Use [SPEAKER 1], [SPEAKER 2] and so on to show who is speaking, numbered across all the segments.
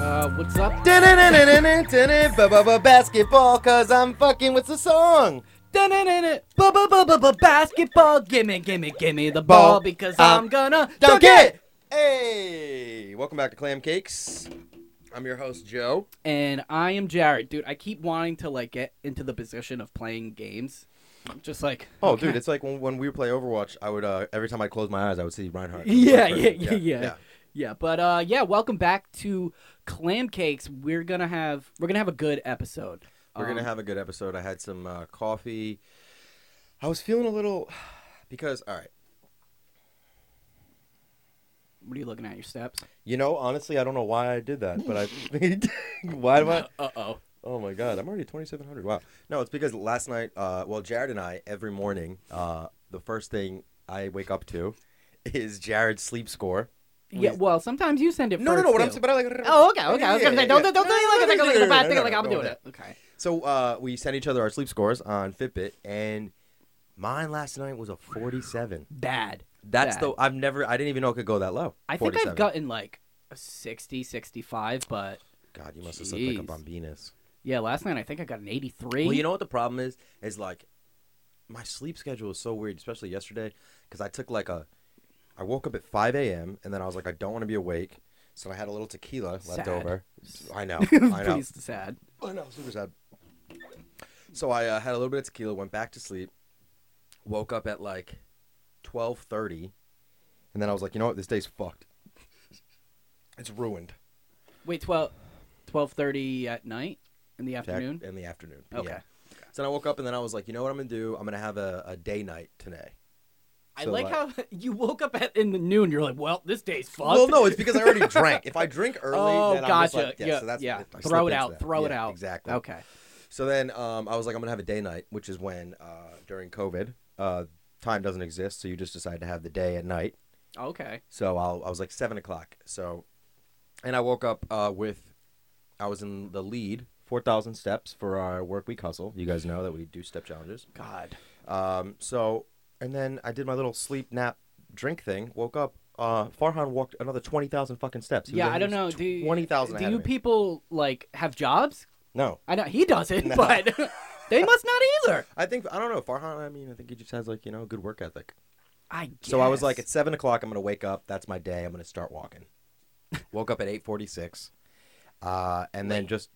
[SPEAKER 1] up. Basketball, cause I'm fucking with the song.
[SPEAKER 2] Basketball, gimme, gimme, gimme the ball because I'm gonna
[SPEAKER 1] Dunk it! Hey! Welcome back to Clam Cakes. I'm your host, Joe.
[SPEAKER 2] And I am Jared, dude. I keep wanting to like get into the position of playing games. I'm just like
[SPEAKER 1] Oh, dude, it's like when, when we play Overwatch, I would, uh, every time I close my eyes, I would see Reinhardt.
[SPEAKER 2] yeah, yeah, yeah, yeah, yeah, But uh, yeah, welcome back to Clam Cakes. We're gonna have we're gonna have a good episode.
[SPEAKER 1] We're gonna
[SPEAKER 2] Um,
[SPEAKER 1] have a good episode. I had some uh, coffee. I was feeling a little because all right,
[SPEAKER 2] What are you looking at? Your steps.
[SPEAKER 1] you know, honestly, I don't know why I did that, but I why do I?
[SPEAKER 2] Uh oh.
[SPEAKER 1] Oh my god, I'm already 2700. Wow. No, it's because last night, uh, well, Jared and I every morning, uh, the first thing I wake up to is Jared's sleep score.
[SPEAKER 2] Yeah.
[SPEAKER 1] Please-
[SPEAKER 2] Well, sometimes you send it.
[SPEAKER 1] No, no,
[SPEAKER 2] first,
[SPEAKER 1] no. What I'm
[SPEAKER 2] too.
[SPEAKER 1] saying, but I like.
[SPEAKER 2] Oh, okay, okay. I was gonna
[SPEAKER 1] Yeah,
[SPEAKER 2] say, don't,
[SPEAKER 1] yeah.
[SPEAKER 2] don't, don't, look at
[SPEAKER 1] No, no,
[SPEAKER 2] like
[SPEAKER 1] no,
[SPEAKER 2] a bad
[SPEAKER 1] no,
[SPEAKER 2] thing.
[SPEAKER 1] no,
[SPEAKER 2] Like
[SPEAKER 1] no,
[SPEAKER 2] I'm
[SPEAKER 1] no,
[SPEAKER 2] doing
[SPEAKER 1] no.
[SPEAKER 2] it. Okay.
[SPEAKER 1] So uh, we sent each other our sleep scores on Fitbit, and mine last night was a 47.
[SPEAKER 2] Bad.
[SPEAKER 1] That's
[SPEAKER 2] Bad.
[SPEAKER 1] the I've never I didn't even know it could go that low.
[SPEAKER 2] I think
[SPEAKER 1] 47.
[SPEAKER 2] I've gotten like a 60, 65, but
[SPEAKER 1] God, you must have slept like a
[SPEAKER 2] Jeez.
[SPEAKER 1] bombinas.
[SPEAKER 2] yeah, last night I think I got an 83.
[SPEAKER 1] Well, you know what the problem is? Is like my sleep schedule is so weird, especially yesterday, because I took like a. I woke up at 5 a.m. and then I was like, I don't want to be awake, so I had a little tequila left
[SPEAKER 2] Sad.
[SPEAKER 1] over. I know, I know,
[SPEAKER 2] Please, sad.
[SPEAKER 1] I know, super sad. So I uh, had a little bit of tequila, went back to sleep, woke up at like 12:30, and then I was like, you know what, this day's fucked. It's ruined.
[SPEAKER 2] Wait, 12, 12.30 at night in the
[SPEAKER 1] Tech-
[SPEAKER 2] afternoon?
[SPEAKER 1] in the afternoon.
[SPEAKER 2] Okay.
[SPEAKER 1] yeah. So then I woke up and then I was like, you know what I'm gonna do? I'm gonna have a, a day night today.
[SPEAKER 2] I
[SPEAKER 1] So,
[SPEAKER 2] like
[SPEAKER 1] like-
[SPEAKER 2] how you woke up at in the noon. You're like, well, this day's fucked.
[SPEAKER 1] Well, no, it's because I already drank. If I drink early,
[SPEAKER 2] oh,
[SPEAKER 1] then I'm just
[SPEAKER 2] gotcha.
[SPEAKER 1] like, yeah,
[SPEAKER 2] yeah,
[SPEAKER 1] so that's
[SPEAKER 2] yeah.
[SPEAKER 1] I slip
[SPEAKER 2] Throw it
[SPEAKER 1] into
[SPEAKER 2] out.
[SPEAKER 1] that.
[SPEAKER 2] Throw it
[SPEAKER 1] Yeah,
[SPEAKER 2] out.
[SPEAKER 1] Exactly.
[SPEAKER 2] Okay.
[SPEAKER 1] So then um, I was like, I'm gonna have a day night, which is when uh, during COVID, uh, time doesn't exist, so you just decide to have the day at night.
[SPEAKER 2] Okay.
[SPEAKER 1] So I'll, I was like seven o'clock. So, and I woke up uh, with, I was in the lead, four thousand steps for our work week hustle. You guys know that we do step challenges.
[SPEAKER 2] God.
[SPEAKER 1] Um, so, and then I did my little sleep nap drink thing. Woke up. Uh, Farhan walked another twenty thousand fucking steps. He was-
[SPEAKER 2] Yeah, I
[SPEAKER 1] he
[SPEAKER 2] don't know.
[SPEAKER 1] was
[SPEAKER 2] Do,
[SPEAKER 1] Twenty thousand.
[SPEAKER 2] Do you people, like, have jobs?
[SPEAKER 1] No,
[SPEAKER 2] I know he doesn't, but they must not either.
[SPEAKER 1] I think I don't know Farhan. I mean, I think he just has like you know good work ethic.
[SPEAKER 2] I guess.
[SPEAKER 1] So I was like, at seven o'clock, I'm gonna wake up. That's my day. I'm gonna start walking. Woke up at eight forty six, uh, and then just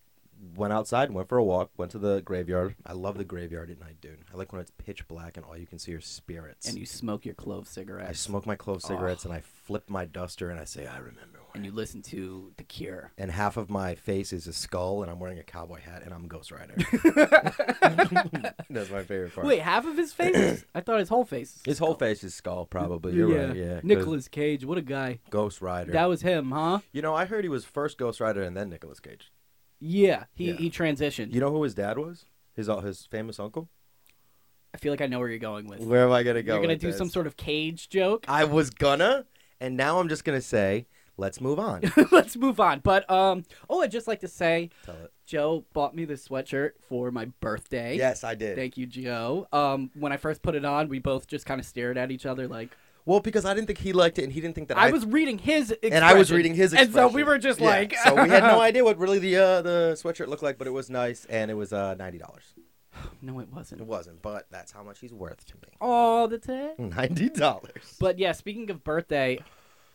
[SPEAKER 1] went outside, went for a walk, went to the graveyard. I love the graveyard at night, dude. I like when it's pitch black and all you can see are spirits.
[SPEAKER 2] and you smoke your clove
[SPEAKER 1] I
[SPEAKER 2] cigarettes,
[SPEAKER 1] smoke my clove cigarettes and I flip my duster and I say, I remember. when."
[SPEAKER 2] and you listen to The Cure.
[SPEAKER 1] and half of my face is a skull, and I'm wearing a cowboy hat, and I'm Ghost Rider. That's my favorite part.
[SPEAKER 2] Wait, half of his face? is- I thought his whole face. is
[SPEAKER 1] his whole
[SPEAKER 2] skull.
[SPEAKER 1] face is skull, probably. You're right. Yeah, 'cause
[SPEAKER 2] Nicolas Cage, what a guy.
[SPEAKER 1] Ghost Rider.
[SPEAKER 2] That was him, huh?
[SPEAKER 1] you know, I heard he was first Ghost Rider and then Nicolas Cage.
[SPEAKER 2] Yeah, he
[SPEAKER 1] Yeah.
[SPEAKER 2] he transitioned.
[SPEAKER 1] You know who his dad was? His uh, his famous uncle.
[SPEAKER 2] I feel like I know where you're going with.
[SPEAKER 1] Where am I gonna go?
[SPEAKER 2] you're gonna
[SPEAKER 1] with
[SPEAKER 2] do some
[SPEAKER 1] this?
[SPEAKER 2] sort of Cage joke.
[SPEAKER 1] I was gonna, and now I'm just gonna say, let's move on.
[SPEAKER 2] Let's move on. But um, oh, I'd just like to say,
[SPEAKER 1] Tell it.
[SPEAKER 2] Joe bought me this sweatshirt for my birthday.
[SPEAKER 1] Yes, I did.
[SPEAKER 2] Thank you, Joe. Um, when I first put it on, we both just kind of stared at each other like
[SPEAKER 1] well, because I didn't think he liked it, and he didn't think that
[SPEAKER 2] I,
[SPEAKER 1] I,
[SPEAKER 2] was reading his expression,
[SPEAKER 1] and I was reading his expression.
[SPEAKER 2] and so we were just
[SPEAKER 1] Yeah,
[SPEAKER 2] like,
[SPEAKER 1] so we had no idea what really the uh, the sweatshirt looked like, but it was nice, and it was uh, ninety dollars.
[SPEAKER 2] no, it
[SPEAKER 1] It
[SPEAKER 2] wasn't.
[SPEAKER 1] wasn't, but that's how much he's worth to me.
[SPEAKER 2] All the time.
[SPEAKER 1] Ninety dollars.
[SPEAKER 2] But yeah, speaking of birthday,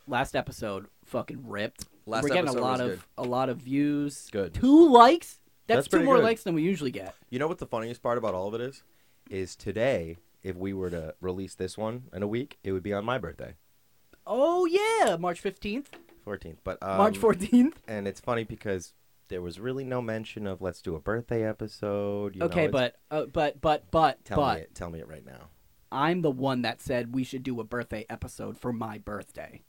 [SPEAKER 2] last episode fucking ripped.
[SPEAKER 1] Last
[SPEAKER 2] We're getting a
[SPEAKER 1] episode
[SPEAKER 2] lot
[SPEAKER 1] was
[SPEAKER 2] of a lot of views.
[SPEAKER 1] Good.
[SPEAKER 2] Two likes. That's,
[SPEAKER 1] That's
[SPEAKER 2] two
[SPEAKER 1] pretty
[SPEAKER 2] more
[SPEAKER 1] good.
[SPEAKER 2] likes than we usually get.
[SPEAKER 1] You know what the funniest part about all of it is? Is today, if we were to release this one in a week, it would be on my birthday,
[SPEAKER 2] Oh yeah, March fifteenth,
[SPEAKER 1] fourteenth. But um,
[SPEAKER 2] March fourteenth.
[SPEAKER 1] And it's funny because there was really no mention of let's do a birthday episode. You know,
[SPEAKER 2] Okay,
[SPEAKER 1] it's-
[SPEAKER 2] but uh, but but but
[SPEAKER 1] tell
[SPEAKER 2] but
[SPEAKER 1] me it. Tell me it right now.
[SPEAKER 2] I'm the one that said we should do a birthday episode for my birthday.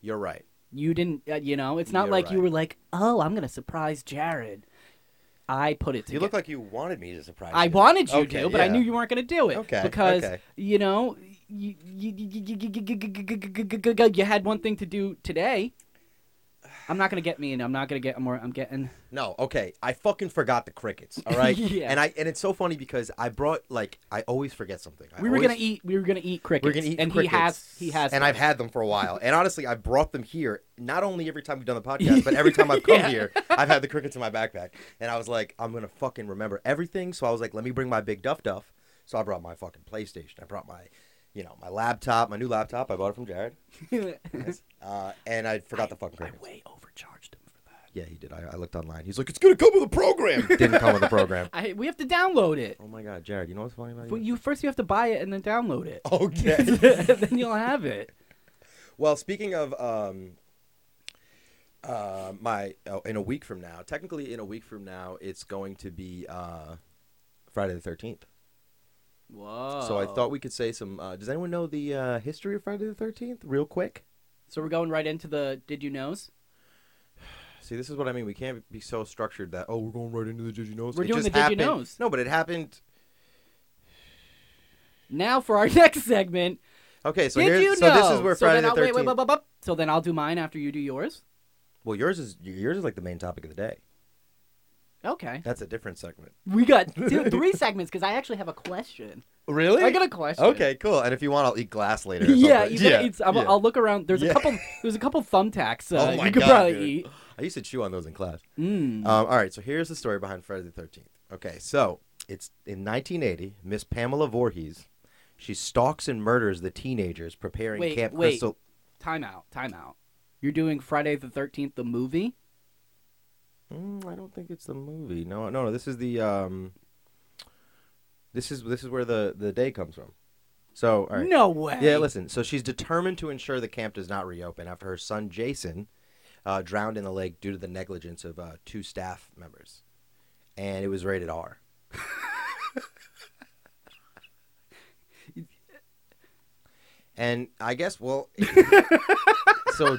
[SPEAKER 1] You're right.
[SPEAKER 2] You didn't, uh, you know. It's not
[SPEAKER 1] You're
[SPEAKER 2] like you
[SPEAKER 1] right.
[SPEAKER 2] were like, oh, I'm gonna surprise Jared. I put it together.
[SPEAKER 1] You look like you wanted me to surprise
[SPEAKER 2] I
[SPEAKER 1] you.
[SPEAKER 2] wanted you
[SPEAKER 1] Okay,
[SPEAKER 2] to, but I
[SPEAKER 1] yeah.
[SPEAKER 2] knew you weren't going to do it.
[SPEAKER 1] Okay,
[SPEAKER 2] Because,
[SPEAKER 1] okay.
[SPEAKER 2] you know, you, you, you had one thing to do today. I'm not gonna get me, and I'm not gonna get more. I'm getting.
[SPEAKER 1] No, okay. I fucking forgot the crickets. All right.
[SPEAKER 2] Yeah.
[SPEAKER 1] And I and it's so funny because I brought like I always forget something. I
[SPEAKER 2] We were
[SPEAKER 1] always-
[SPEAKER 2] gonna eat. We were gonna eat crickets.
[SPEAKER 1] We're gonna eat
[SPEAKER 2] and
[SPEAKER 1] crickets.
[SPEAKER 2] he has. He has.
[SPEAKER 1] And
[SPEAKER 2] them.
[SPEAKER 1] I've had them for a while. And honestly, I brought them here not only every time we've done the podcast, but every time I've come
[SPEAKER 2] Yeah.
[SPEAKER 1] here, I've had the crickets in my backpack. And I was like, I'm gonna fucking remember everything. So I was like, let me bring my big duff duff. So I brought my fucking PlayStation. I brought my, you know, my laptop, my new laptop. I bought it from Jared. Uh, and I forgot the fucking
[SPEAKER 2] I
[SPEAKER 1] crickets.
[SPEAKER 2] way overcharged him for that.
[SPEAKER 1] Yeah, he did. I, I looked online. He's like, it's gonna come with a program. Didn't come with a program.
[SPEAKER 2] I, we have to download it.
[SPEAKER 1] Oh my god, Jared, you know what's funny about
[SPEAKER 2] But you first you have to buy it and then download it.
[SPEAKER 1] Oh, Okay.
[SPEAKER 2] then you'll have it.
[SPEAKER 1] well, speaking of um, uh, my oh, in a week from now, technically in a week from now, it's going to be uh, Friday the Thirteenth.
[SPEAKER 2] Whoa.
[SPEAKER 1] So I thought we could say some. Uh, does anyone know the uh, history of Friday the Thirteenth, real quick?
[SPEAKER 2] So we're going right into the did you knows?
[SPEAKER 1] See, this is what I mean. We can't be so structured that oh, we're going right into the did you knows.
[SPEAKER 2] We're
[SPEAKER 1] It
[SPEAKER 2] doing
[SPEAKER 1] just
[SPEAKER 2] the did you
[SPEAKER 1] happened-
[SPEAKER 2] knows.
[SPEAKER 1] No, but it happened.
[SPEAKER 2] Now for our next segment.
[SPEAKER 1] Okay, so
[SPEAKER 2] did
[SPEAKER 1] here's
[SPEAKER 2] you
[SPEAKER 1] so
[SPEAKER 2] know?
[SPEAKER 1] this is where
[SPEAKER 2] So
[SPEAKER 1] Friday
[SPEAKER 2] then
[SPEAKER 1] the
[SPEAKER 2] I'll- wait,
[SPEAKER 1] Thirteenth.
[SPEAKER 2] wait, wait, wait, wait. So then I'll do mine after you do yours.
[SPEAKER 1] Well, yours is yours is like the main topic of the day.
[SPEAKER 2] Okay.
[SPEAKER 1] That's a different segment.
[SPEAKER 2] We got two, three segments because I actually have a question.
[SPEAKER 1] Really?
[SPEAKER 2] I got a question.
[SPEAKER 1] Okay, cool. And if you want, I'll eat glass later. or
[SPEAKER 2] Yeah,
[SPEAKER 1] something.
[SPEAKER 2] you gotta eat- I'm-
[SPEAKER 1] yeah.
[SPEAKER 2] I'll look around. There's
[SPEAKER 1] Yeah.
[SPEAKER 2] a couple. There's a couple thumbtacks uh,
[SPEAKER 1] Oh my
[SPEAKER 2] you could
[SPEAKER 1] God,
[SPEAKER 2] probably
[SPEAKER 1] dude.
[SPEAKER 2] eat.
[SPEAKER 1] I used to chew on those in class.
[SPEAKER 2] Mm.
[SPEAKER 1] Um, all right, so here's the story behind Friday the 13th. Okay, so it's in 1980, Miss Pamela Voorhees, she stalks and murders the teenagers preparing
[SPEAKER 2] Wait,
[SPEAKER 1] Camp
[SPEAKER 2] wait.
[SPEAKER 1] Crystal.
[SPEAKER 2] time out. Time out. You're doing Friday the Thirteenth, the movie.
[SPEAKER 1] Mm, I don't think it's the movie. No, no, no. This is the um. This is this is where the the day comes from. So all right.
[SPEAKER 2] No way.
[SPEAKER 1] Yeah, listen. So she's determined to ensure the camp does not reopen after her son Jason uh, drowned in the lake due to the negligence of uh, two staff members, and it was rated R. and I guess well, so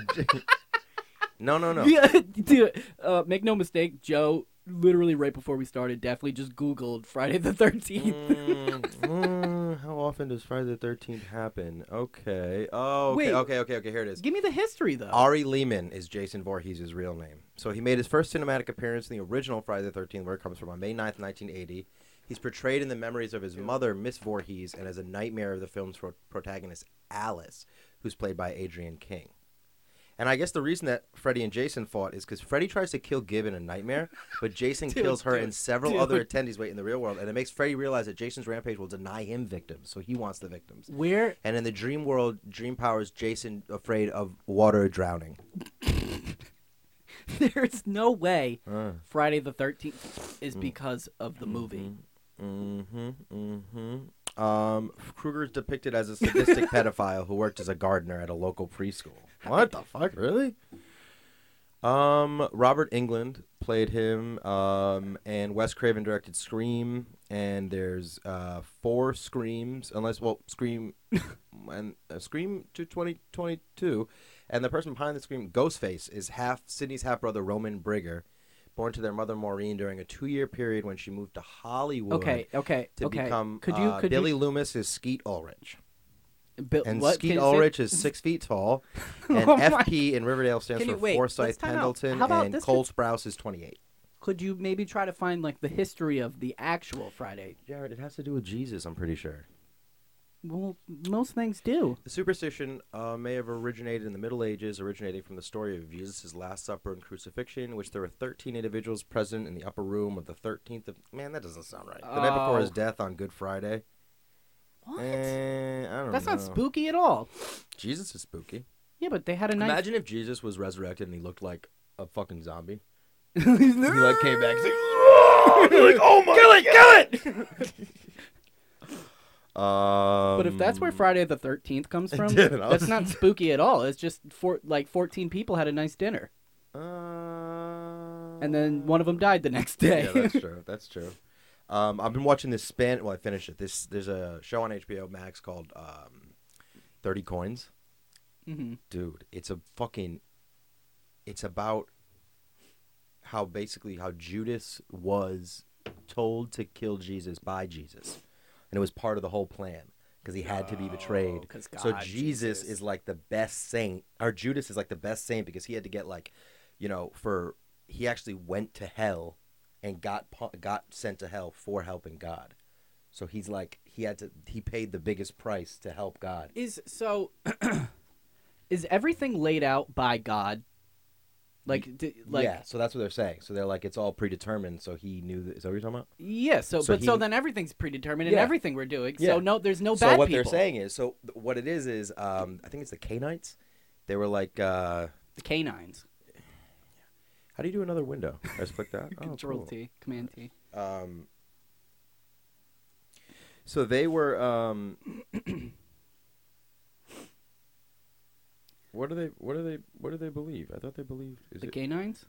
[SPEAKER 1] no, no, no.
[SPEAKER 2] Yeah, dude. Uh, make no mistake, Joe. Literally right before we started, definitely just Googled Friday the Thirteenth.
[SPEAKER 1] Mm, mm, how often does Friday the Thirteenth happen? Okay. Oh, okay,
[SPEAKER 2] Wait.
[SPEAKER 1] okay, okay, okay. Here it is.
[SPEAKER 2] Give me the history though.
[SPEAKER 1] Ari Lehman is Jason Voorhees' real name. So he made his first cinematic appearance in the original Friday the 13th, where it comes from, on May 9th, 1980. He's portrayed in the memories of his mother, Miss Voorhees, and as a nightmare of the film's pro- protagonist, Alice, who's played by Adrian King. And I guess the reason that Freddy and Jason fought is because Freddy tries to kill Gib in a nightmare, but Jason
[SPEAKER 2] Dude,
[SPEAKER 1] kills her
[SPEAKER 2] dude,
[SPEAKER 1] and several
[SPEAKER 2] dude.
[SPEAKER 1] other attendees wait in the real world, and it makes Freddy realize that Jason's rampage will deny him victims, so he wants the victims.
[SPEAKER 2] Where?
[SPEAKER 1] And in the dream world, dream powers Jason afraid of water drowning.
[SPEAKER 2] There's no way
[SPEAKER 1] Uh.
[SPEAKER 2] Friday the Thirteenth is because of the movie.
[SPEAKER 1] Mm. Mm-hmm. Mm-hmm. Um, Kruger is depicted as a sadistic pedophile who worked as a gardener at a local preschool. What the fuck, really? Um, Robert England played him, um, and Wes Craven directed Scream, and there's uh four Screams, unless well Scream, and uh, Scream to twenty twenty two, and the person behind the Scream Ghostface is half Sydney's half brother Roman Brigger, born to their mother Maureen during a two year period when she moved to Hollywood
[SPEAKER 2] Okay, okay,
[SPEAKER 1] to
[SPEAKER 2] okay.
[SPEAKER 1] become
[SPEAKER 2] could you?
[SPEAKER 1] uh,
[SPEAKER 2] could
[SPEAKER 1] Billy
[SPEAKER 2] you?
[SPEAKER 1] Loomis is Skeet Ulrich.
[SPEAKER 2] Bi-
[SPEAKER 1] And
[SPEAKER 2] what?
[SPEAKER 1] Skeet
[SPEAKER 2] Can you say-
[SPEAKER 1] Ulrich is six feet tall. And
[SPEAKER 2] Oh my-
[SPEAKER 1] FP in Riverdale stands
[SPEAKER 2] Can you-
[SPEAKER 1] for
[SPEAKER 2] wait, let's
[SPEAKER 1] Forsyth
[SPEAKER 2] time out.
[SPEAKER 1] Pendleton.
[SPEAKER 2] How about
[SPEAKER 1] and
[SPEAKER 2] this
[SPEAKER 1] Cole Sprouse is 28.
[SPEAKER 2] Could you maybe try to find like the history of the actual Friday?
[SPEAKER 1] Jared, it has to do with Jesus, I'm pretty sure.
[SPEAKER 2] Well, most things do.
[SPEAKER 1] The superstition uh, may have originated in the Middle Ages, originating from the story of Jesus' Last Supper and crucifixion, in which there were 13 individuals present in the upper room of the 13th of. Man, that doesn't sound right. The night before his
[SPEAKER 2] Oh.
[SPEAKER 1] death on Good Friday.
[SPEAKER 2] What?
[SPEAKER 1] Eh, I don't
[SPEAKER 2] That's
[SPEAKER 1] know.
[SPEAKER 2] not spooky at all.
[SPEAKER 1] Jesus is spooky.
[SPEAKER 2] Yeah, but they had a nice.
[SPEAKER 1] Imagine if Jesus was resurrected and he looked like a fucking zombie. He like came back. He's like, like, oh my kill it, kill it. um,
[SPEAKER 2] But if that's where Friday the Thirteenth comes from,
[SPEAKER 1] did, I
[SPEAKER 2] that's
[SPEAKER 1] was-
[SPEAKER 2] not spooky at all. It's just for like fourteen people had a nice dinner,
[SPEAKER 1] uh,
[SPEAKER 2] and then one of them died the next day.
[SPEAKER 1] Yeah, that's true. That's true. Um, I've been watching this span. Well, I finished it. This there's a show on HBO Max called um, Thirty Coins.
[SPEAKER 2] hmm
[SPEAKER 1] dude it's a fucking it's about how basically how judas was told to kill jesus by jesus and it was part of the whole plan because he had to be betrayed
[SPEAKER 2] Oh, 'cause
[SPEAKER 1] so
[SPEAKER 2] God,
[SPEAKER 1] jesus,
[SPEAKER 2] Jesus.
[SPEAKER 1] is like the best saint or judas is like the best saint because he had to get like you know, for he actually went to hell and got pu- got sent to hell for helping God. So he's like he had to he paid the biggest price to help God.
[SPEAKER 2] Is so is everything laid out by God? Like d- like
[SPEAKER 1] yeah, so that's what they're saying. So they're like it's all predetermined. So he knew. That, is that what you're talking about?
[SPEAKER 2] Yeah, so,
[SPEAKER 1] So
[SPEAKER 2] but so
[SPEAKER 1] he-
[SPEAKER 2] then everything's predetermined in
[SPEAKER 1] Yeah.
[SPEAKER 2] everything we're doing.
[SPEAKER 1] Yeah.
[SPEAKER 2] So no, there's no
[SPEAKER 1] so
[SPEAKER 2] Oh, bad
[SPEAKER 1] what
[SPEAKER 2] people.
[SPEAKER 1] they're saying is so th- what it is is um, I think it's the Cainites. They were like, uh,
[SPEAKER 2] the canines.
[SPEAKER 1] Oh, how do you do another window? I just click that. Oh,
[SPEAKER 2] Control
[SPEAKER 1] cool.
[SPEAKER 2] T, Command T.
[SPEAKER 1] Um, so they were. Um, what do they? What do they? What do they believe? I thought they believed. Is
[SPEAKER 2] The
[SPEAKER 1] it-
[SPEAKER 2] canines.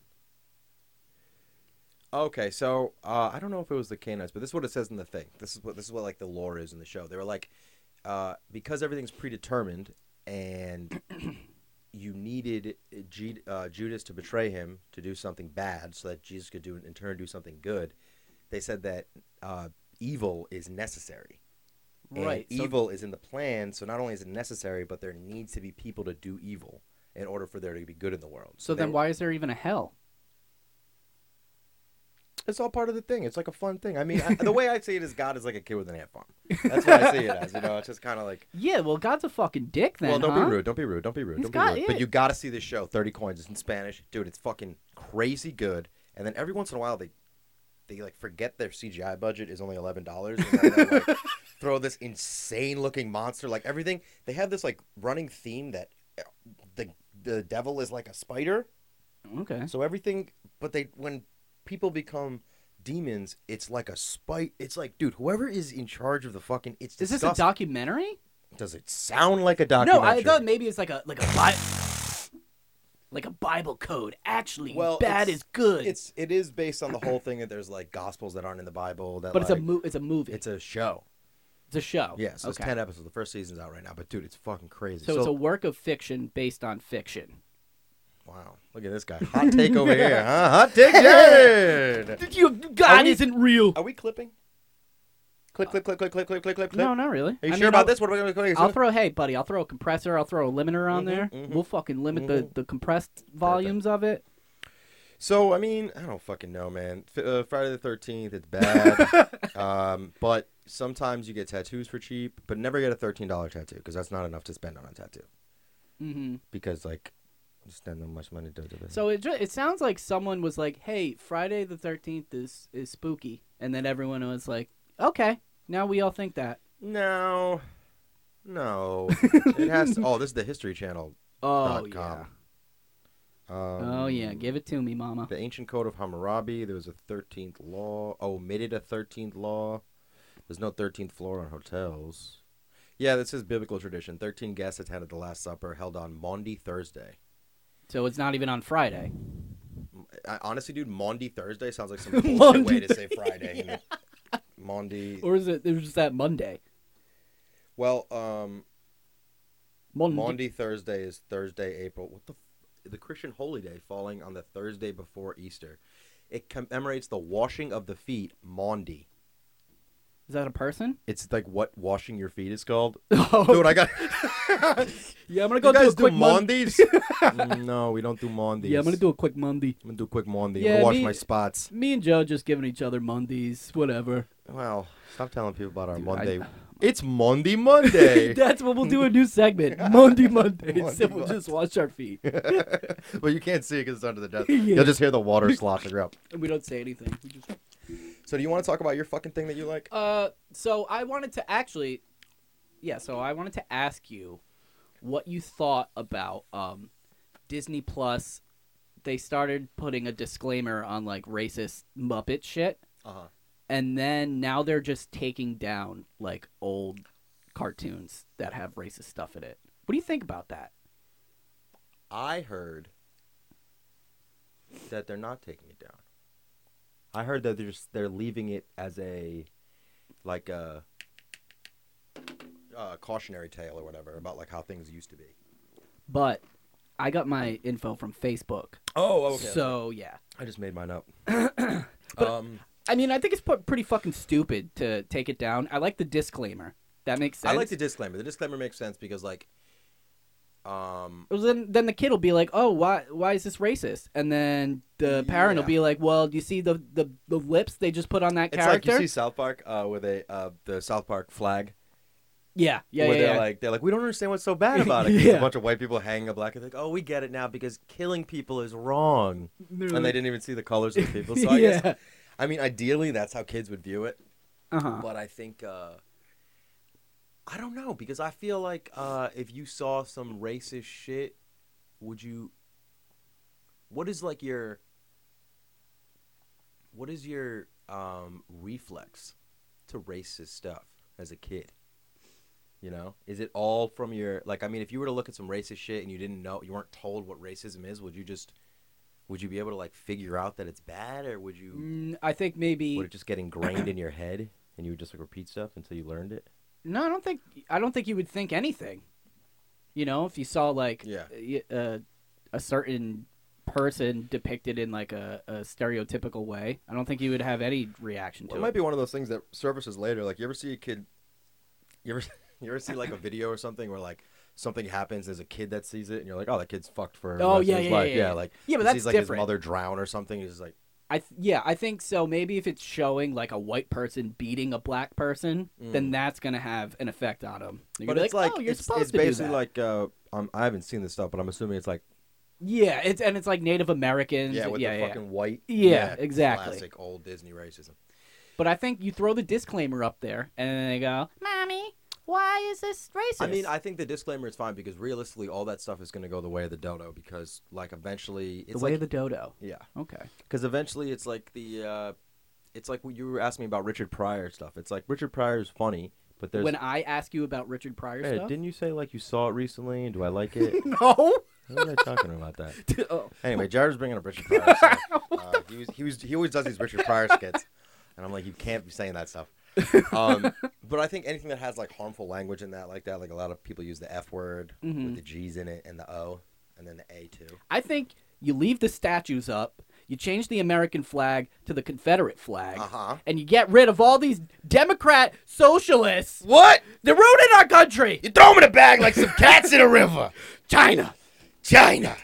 [SPEAKER 1] Okay, so uh, I don't know if it was the canines, but this is what it says in the thing. This is what this is what like the lore is in the show. They were like, uh, because everything's predetermined, and you needed G- uh, Judas to betray him to do something bad, so that Jesus could do in turn do something good. They said that uh, evil is necessary. And
[SPEAKER 2] Right. so-
[SPEAKER 1] evil is in the plan, so not only is it necessary, but there needs to be people to do evil in order for there to be good in the world.
[SPEAKER 2] So,
[SPEAKER 1] they
[SPEAKER 2] then
[SPEAKER 1] were-
[SPEAKER 2] why is there even a hell?
[SPEAKER 1] It's all part of the thing. It's like a fun thing. I mean, I, the way I see it is God is like a kid with an ant farm. That's what I see it as. You know, it's just kind of like.
[SPEAKER 2] Yeah, well, God's a fucking dick then.
[SPEAKER 1] well, don't
[SPEAKER 2] huh?
[SPEAKER 1] be rude. Don't be rude. Don't be rude.
[SPEAKER 2] He's
[SPEAKER 1] don't be
[SPEAKER 2] got
[SPEAKER 1] rude. But
[SPEAKER 2] it.
[SPEAKER 1] you got to see this show. Thirty coins. It's in Spanish, dude. It's fucking crazy good. And then every once in a while, they they like forget their CGI budget is only eleven dollars. Like, throw this insane looking monster. Like everything, they have this like running theme that uh, the the devil is like a spider.
[SPEAKER 2] Okay.
[SPEAKER 1] So everything, but they when people become demons, it's like a spite. It's like, dude, whoever is in charge of the fucking, it's
[SPEAKER 2] Is this
[SPEAKER 1] disgusting.
[SPEAKER 2] a documentary?
[SPEAKER 1] Does it sound like a
[SPEAKER 2] No,
[SPEAKER 1] documentary?
[SPEAKER 2] I thought maybe it's like a like a Bible, like a Bible code. Actually,
[SPEAKER 1] Well,
[SPEAKER 2] bad
[SPEAKER 1] it's-
[SPEAKER 2] is good.
[SPEAKER 1] it's it is based on the whole thing that there's like gospels that aren't in the Bible. That
[SPEAKER 2] but it's a
[SPEAKER 1] like,
[SPEAKER 2] mo- it's a movie.
[SPEAKER 1] it's a show.
[SPEAKER 2] It's a show.
[SPEAKER 1] Yeah, so
[SPEAKER 2] okay.
[SPEAKER 1] it's ten episodes. The first season's out right now, but dude, it's fucking crazy.
[SPEAKER 2] so, it's a work of fiction based on fiction.
[SPEAKER 1] wow, look at this guy. Hot take over here, huh? Hot take, Jared.
[SPEAKER 2] You, God
[SPEAKER 1] Are we-
[SPEAKER 2] isn't real.
[SPEAKER 1] Are we clipping? Click, click, click, click, click, click, click, click, click.
[SPEAKER 2] No, not really.
[SPEAKER 1] Are you
[SPEAKER 2] I
[SPEAKER 1] sure
[SPEAKER 2] mean,
[SPEAKER 1] about
[SPEAKER 2] I'll-
[SPEAKER 1] this? What are we going to
[SPEAKER 2] I'll throw, hey buddy, I'll throw a compressor, I'll throw a limiter on
[SPEAKER 1] Mhm,
[SPEAKER 2] there.
[SPEAKER 1] mhm.
[SPEAKER 2] We'll fucking limit
[SPEAKER 1] Mhm.
[SPEAKER 2] the, the compressed volumes of it.
[SPEAKER 1] So I mean, I don't fucking know, man. F- uh, Friday the Thirteenth, it's bad. um, but sometimes you get tattoos for cheap, but never get a thirteen dollar tattoo because that's not enough to spend on a tattoo.
[SPEAKER 2] hmm
[SPEAKER 1] Because like, you spend that much money to do this.
[SPEAKER 2] So it ju- it sounds like someone was like, "Hey, Friday the Thirteenth is is spooky," and then everyone was like, "Okay, now we all think that."
[SPEAKER 1] no, no, it has. To, oh, this is the History Channel.
[SPEAKER 2] Oh
[SPEAKER 1] Dot
[SPEAKER 2] yeah.
[SPEAKER 1] com. Um,
[SPEAKER 2] Oh yeah. Give it to me, Mama.
[SPEAKER 1] the ancient code of Hammurabi. There was a thirteenth law. Omitted a thirteenth law. There's no thirteenth floor on hotels. Yeah, this is biblical tradition. Thirteen guests attended the Last Supper held on Maundy Thursday.
[SPEAKER 2] So it's not even on Friday.
[SPEAKER 1] I, honestly, dude, Maundy Thursday sounds like some bullshit way
[SPEAKER 2] Maundy
[SPEAKER 1] to say Friday. Maundy.
[SPEAKER 2] Or is it? It was just that Monday.
[SPEAKER 1] well, um,
[SPEAKER 2] Monday.
[SPEAKER 1] Maundy Thursday is Thursday, April. What the? F- the Christian holy day falling on the Thursday before Easter. It commemorates the washing of the feet, Maundy.
[SPEAKER 2] Is that a person?
[SPEAKER 1] It's like what washing your feet is called.
[SPEAKER 2] Oh,
[SPEAKER 1] Dude, I got.
[SPEAKER 2] yeah, I'm gonna
[SPEAKER 1] you
[SPEAKER 2] go do
[SPEAKER 1] guys
[SPEAKER 2] a
[SPEAKER 1] do
[SPEAKER 2] quick Monday.
[SPEAKER 1] Mondays? Mm, no, we don't do Mondays.
[SPEAKER 2] Yeah, I'm gonna do a quick Monday.
[SPEAKER 1] I'm gonna do a quick Monday.
[SPEAKER 2] Yeah,
[SPEAKER 1] I'm gonna wash
[SPEAKER 2] me-
[SPEAKER 1] my spots.
[SPEAKER 2] Me and Joe just giving each other Mondays, whatever.
[SPEAKER 1] Wow, stop telling people about our
[SPEAKER 2] Dude, I-
[SPEAKER 1] Monday. It's Monday, Monday.
[SPEAKER 2] That's what we'll do a new segment. Monday Mondays.
[SPEAKER 1] Monday,
[SPEAKER 2] and we'll just wash our feet.
[SPEAKER 1] well, you can't see it because it's under the desk.
[SPEAKER 2] Yeah.
[SPEAKER 1] You'll just hear the water sloshing up.
[SPEAKER 2] And we don't say anything. We just...
[SPEAKER 1] So, do you want to talk about your fucking thing that you like?
[SPEAKER 2] Uh so I wanted to actually Yeah, so I wanted to ask you what you thought about um Disney Plus they started putting a disclaimer on like racist Muppet shit
[SPEAKER 1] Uh huh.
[SPEAKER 2] and then now they're just taking down like old cartoons that have racist stuff in it. What do you think about that?
[SPEAKER 1] I heard that they're not taking it down. I heard that they're just, they're leaving it as a like a, a cautionary tale or whatever about like how things used to be.
[SPEAKER 2] But I got my info from Facebook.
[SPEAKER 1] Oh,
[SPEAKER 2] So yeah.
[SPEAKER 1] I just made mine up.
[SPEAKER 2] But-
[SPEAKER 1] um,
[SPEAKER 2] I mean, I think it's pu- pretty fucking stupid to take it down. I like the disclaimer. That makes sense.
[SPEAKER 1] I like the disclaimer. The disclaimer makes sense because like Um,
[SPEAKER 2] Well, Then, then the kid will be like, "Oh, why, why is this racist?" And then the parent
[SPEAKER 1] Yeah.
[SPEAKER 2] will be like, "Well, do you see the, the, the lips they just put on that
[SPEAKER 1] it's
[SPEAKER 2] character?"
[SPEAKER 1] like you see South Park uh, where they uh, the South Park flag.
[SPEAKER 2] yeah, yeah,
[SPEAKER 1] where
[SPEAKER 2] yeah.
[SPEAKER 1] they're
[SPEAKER 2] yeah.
[SPEAKER 1] like they're like we don't understand what's so bad about it. 'cause
[SPEAKER 2] Yeah.
[SPEAKER 1] A bunch of white people hanging a black. and They're like, oh, we get it now because killing people is wrong, and they didn't even see the colors of the people. So I guess
[SPEAKER 2] yeah.
[SPEAKER 1] I mean, ideally, that's how kids would view it.
[SPEAKER 2] Uh-huh.
[SPEAKER 1] But I think uh, I don't know because I feel like uh, if you saw some racist shit, would you? What is like your? What is your um, reflex to racist stuff as a kid? You know, is it all from your like? I mean, if you were to look at some racist shit and you didn't know, you weren't told what racism is, would you just? Would you be able to like figure out that it's bad, or would you?
[SPEAKER 2] Mm, I think maybe
[SPEAKER 1] Would it just get ingrained in your head and you would just like repeat stuff until you learned it?
[SPEAKER 2] No, I don't think I don't think you would think anything. You know, if you saw like
[SPEAKER 1] Yeah.
[SPEAKER 2] y- uh, a certain person depicted in like a, a stereotypical way, I don't think you would have any reaction to
[SPEAKER 1] Well, it might be one of those things that surfaces later. Like you ever see a kid, you ever you ever see like a video or something where like something happens, there's a kid that sees it, and you're like, oh, that kid's fucked for. the
[SPEAKER 2] Oh,
[SPEAKER 1] rest
[SPEAKER 2] yeah,
[SPEAKER 1] of his
[SPEAKER 2] yeah,
[SPEAKER 1] life.
[SPEAKER 2] yeah, yeah.
[SPEAKER 1] like
[SPEAKER 2] Yeah, but
[SPEAKER 1] he
[SPEAKER 2] that's
[SPEAKER 1] sees, like his
[SPEAKER 2] different.
[SPEAKER 1] mother drown or something. He's just like,
[SPEAKER 2] I th- yeah, I think so. Maybe if it's showing like a white person beating a black person, then
[SPEAKER 1] Mm.
[SPEAKER 2] that's gonna have an effect on them.
[SPEAKER 1] but it's like,
[SPEAKER 2] oh, you're
[SPEAKER 1] it's,
[SPEAKER 2] supposed
[SPEAKER 1] it's
[SPEAKER 2] to do
[SPEAKER 1] basically
[SPEAKER 2] that."
[SPEAKER 1] like, uh, um, I haven't seen this stuff, but I'm assuming it's like,
[SPEAKER 2] yeah, it's and it's like Native Americans.
[SPEAKER 1] yeah, with
[SPEAKER 2] yeah,
[SPEAKER 1] the
[SPEAKER 2] yeah.
[SPEAKER 1] fucking white,
[SPEAKER 2] Yeah, exactly.
[SPEAKER 1] classic old Disney racism.
[SPEAKER 2] But I think you throw the disclaimer up there, and then they go, "Mommy, why is this racist?"
[SPEAKER 1] I mean, I think the disclaimer is fine because realistically, all that stuff is going to go the way of the dodo because, like, eventually, it's
[SPEAKER 2] the way
[SPEAKER 1] like,
[SPEAKER 2] of the dodo.
[SPEAKER 1] yeah,
[SPEAKER 2] Okay.
[SPEAKER 1] because eventually it's like the uh, it's like what you were asking me about Richard Pryor stuff. It's like Richard Pryor is funny, but there's
[SPEAKER 2] When I ask you about Richard Pryor
[SPEAKER 1] Hey,
[SPEAKER 2] stuff,
[SPEAKER 1] didn't you say like you saw it recently and do I like it?
[SPEAKER 2] no.
[SPEAKER 1] What are I talking about that?
[SPEAKER 2] oh.
[SPEAKER 1] Anyway, Jared's bringing up Richard Pryor. So, uh, he was he was he always does these Richard Pryor skits, and I'm like, you can't be saying that stuff. Um, but I think anything that has like harmful language in that, like that, like a lot of people use the F word with
[SPEAKER 2] Mhm.
[SPEAKER 1] the G's in it and the O, and then the A too.
[SPEAKER 2] I think you leave the statues up, you change the American flag to the Confederate flag,
[SPEAKER 1] Uh huh.
[SPEAKER 2] and you get rid of all these Democrat socialists.
[SPEAKER 1] What?
[SPEAKER 2] They're ruining our country.
[SPEAKER 1] You throw 'em in a bag like some cats in a river.
[SPEAKER 2] China.
[SPEAKER 1] China.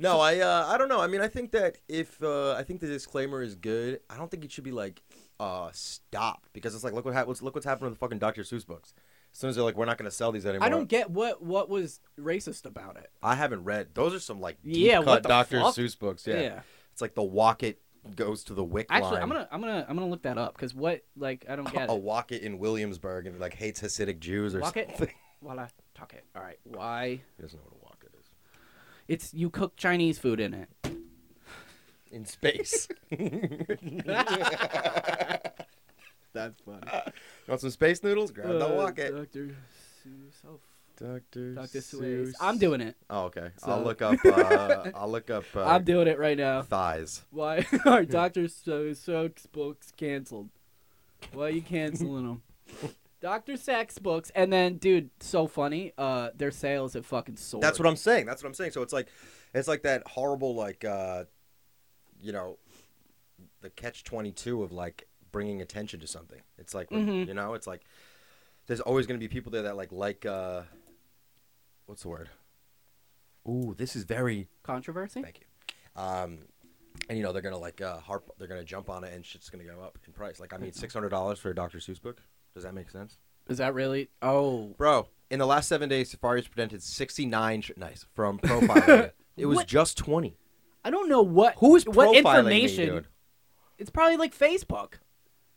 [SPEAKER 1] No, I uh, I don't know. I mean, I think that if uh, I think the disclaimer is good, I don't think it should be like uh stopped because it's like look what ha- what's- look what's happened with the fucking Dr. Seuss books. As soon as they're like, we're not going to sell these anymore.
[SPEAKER 2] I don't get what what was racist about it.
[SPEAKER 1] I haven't read. Those are some like deep
[SPEAKER 2] Yeah,
[SPEAKER 1] cut
[SPEAKER 2] what the
[SPEAKER 1] Dr.
[SPEAKER 2] fuck?
[SPEAKER 1] Seuss books. Yeah. it's like the Wocket goes to the Wick
[SPEAKER 2] Actually,
[SPEAKER 1] line.
[SPEAKER 2] I'm gonna I'm gonna I'm gonna look that up because what like I don't get
[SPEAKER 1] a
[SPEAKER 2] it.
[SPEAKER 1] Wocket in Williamsburg and like hates Hasidic Jews or
[SPEAKER 2] Walk it
[SPEAKER 1] something.
[SPEAKER 2] while I talk it. All right, why?
[SPEAKER 1] He doesn't know what a Wocket is.
[SPEAKER 2] It's you cook Chinese food in it.
[SPEAKER 1] In space.
[SPEAKER 2] That's funny.
[SPEAKER 1] Want some space noodles? Grab the Wocket.
[SPEAKER 2] Uh, Doctor Seuss.
[SPEAKER 1] Dr.
[SPEAKER 2] Dr. Seuss. I'm doing it.
[SPEAKER 1] Oh, okay. I'll
[SPEAKER 2] So-
[SPEAKER 1] look up. Uh, I'll look up. Uh,
[SPEAKER 2] I'm doing it right now.
[SPEAKER 1] thighs.
[SPEAKER 2] Why are Dr. Seuss books canceled? Why are you canceling them? Dr. Sachs books, and then, dude, so funny. Uh, their sales have fucking soared.
[SPEAKER 1] That's what I'm saying. That's what I'm saying. So it's like, it's like that horrible like, uh, you know, the catch twenty two of like bringing attention to something. It's like when-
[SPEAKER 2] Mhm.
[SPEAKER 1] you know, it's like there's always gonna be people there that like like uh, what's the word? Ooh, this is very
[SPEAKER 2] controversy.
[SPEAKER 1] Thank you. Um, and you know they're gonna like uh, harp. They're gonna jump on it, and shit's gonna go up in price. Like I mean, six hundred dollars for a Dr. Seuss book. Does that make sense,
[SPEAKER 2] Is that really? Oh,
[SPEAKER 1] bro? In the last seven days, Safari's presented sixty nine. Sh- nice from profiling. it. it was
[SPEAKER 2] What?
[SPEAKER 1] just twenty.
[SPEAKER 2] I don't know what.
[SPEAKER 1] Who is
[SPEAKER 2] what
[SPEAKER 1] profiling
[SPEAKER 2] information?
[SPEAKER 1] Me, dude?
[SPEAKER 2] It's probably like Facebook.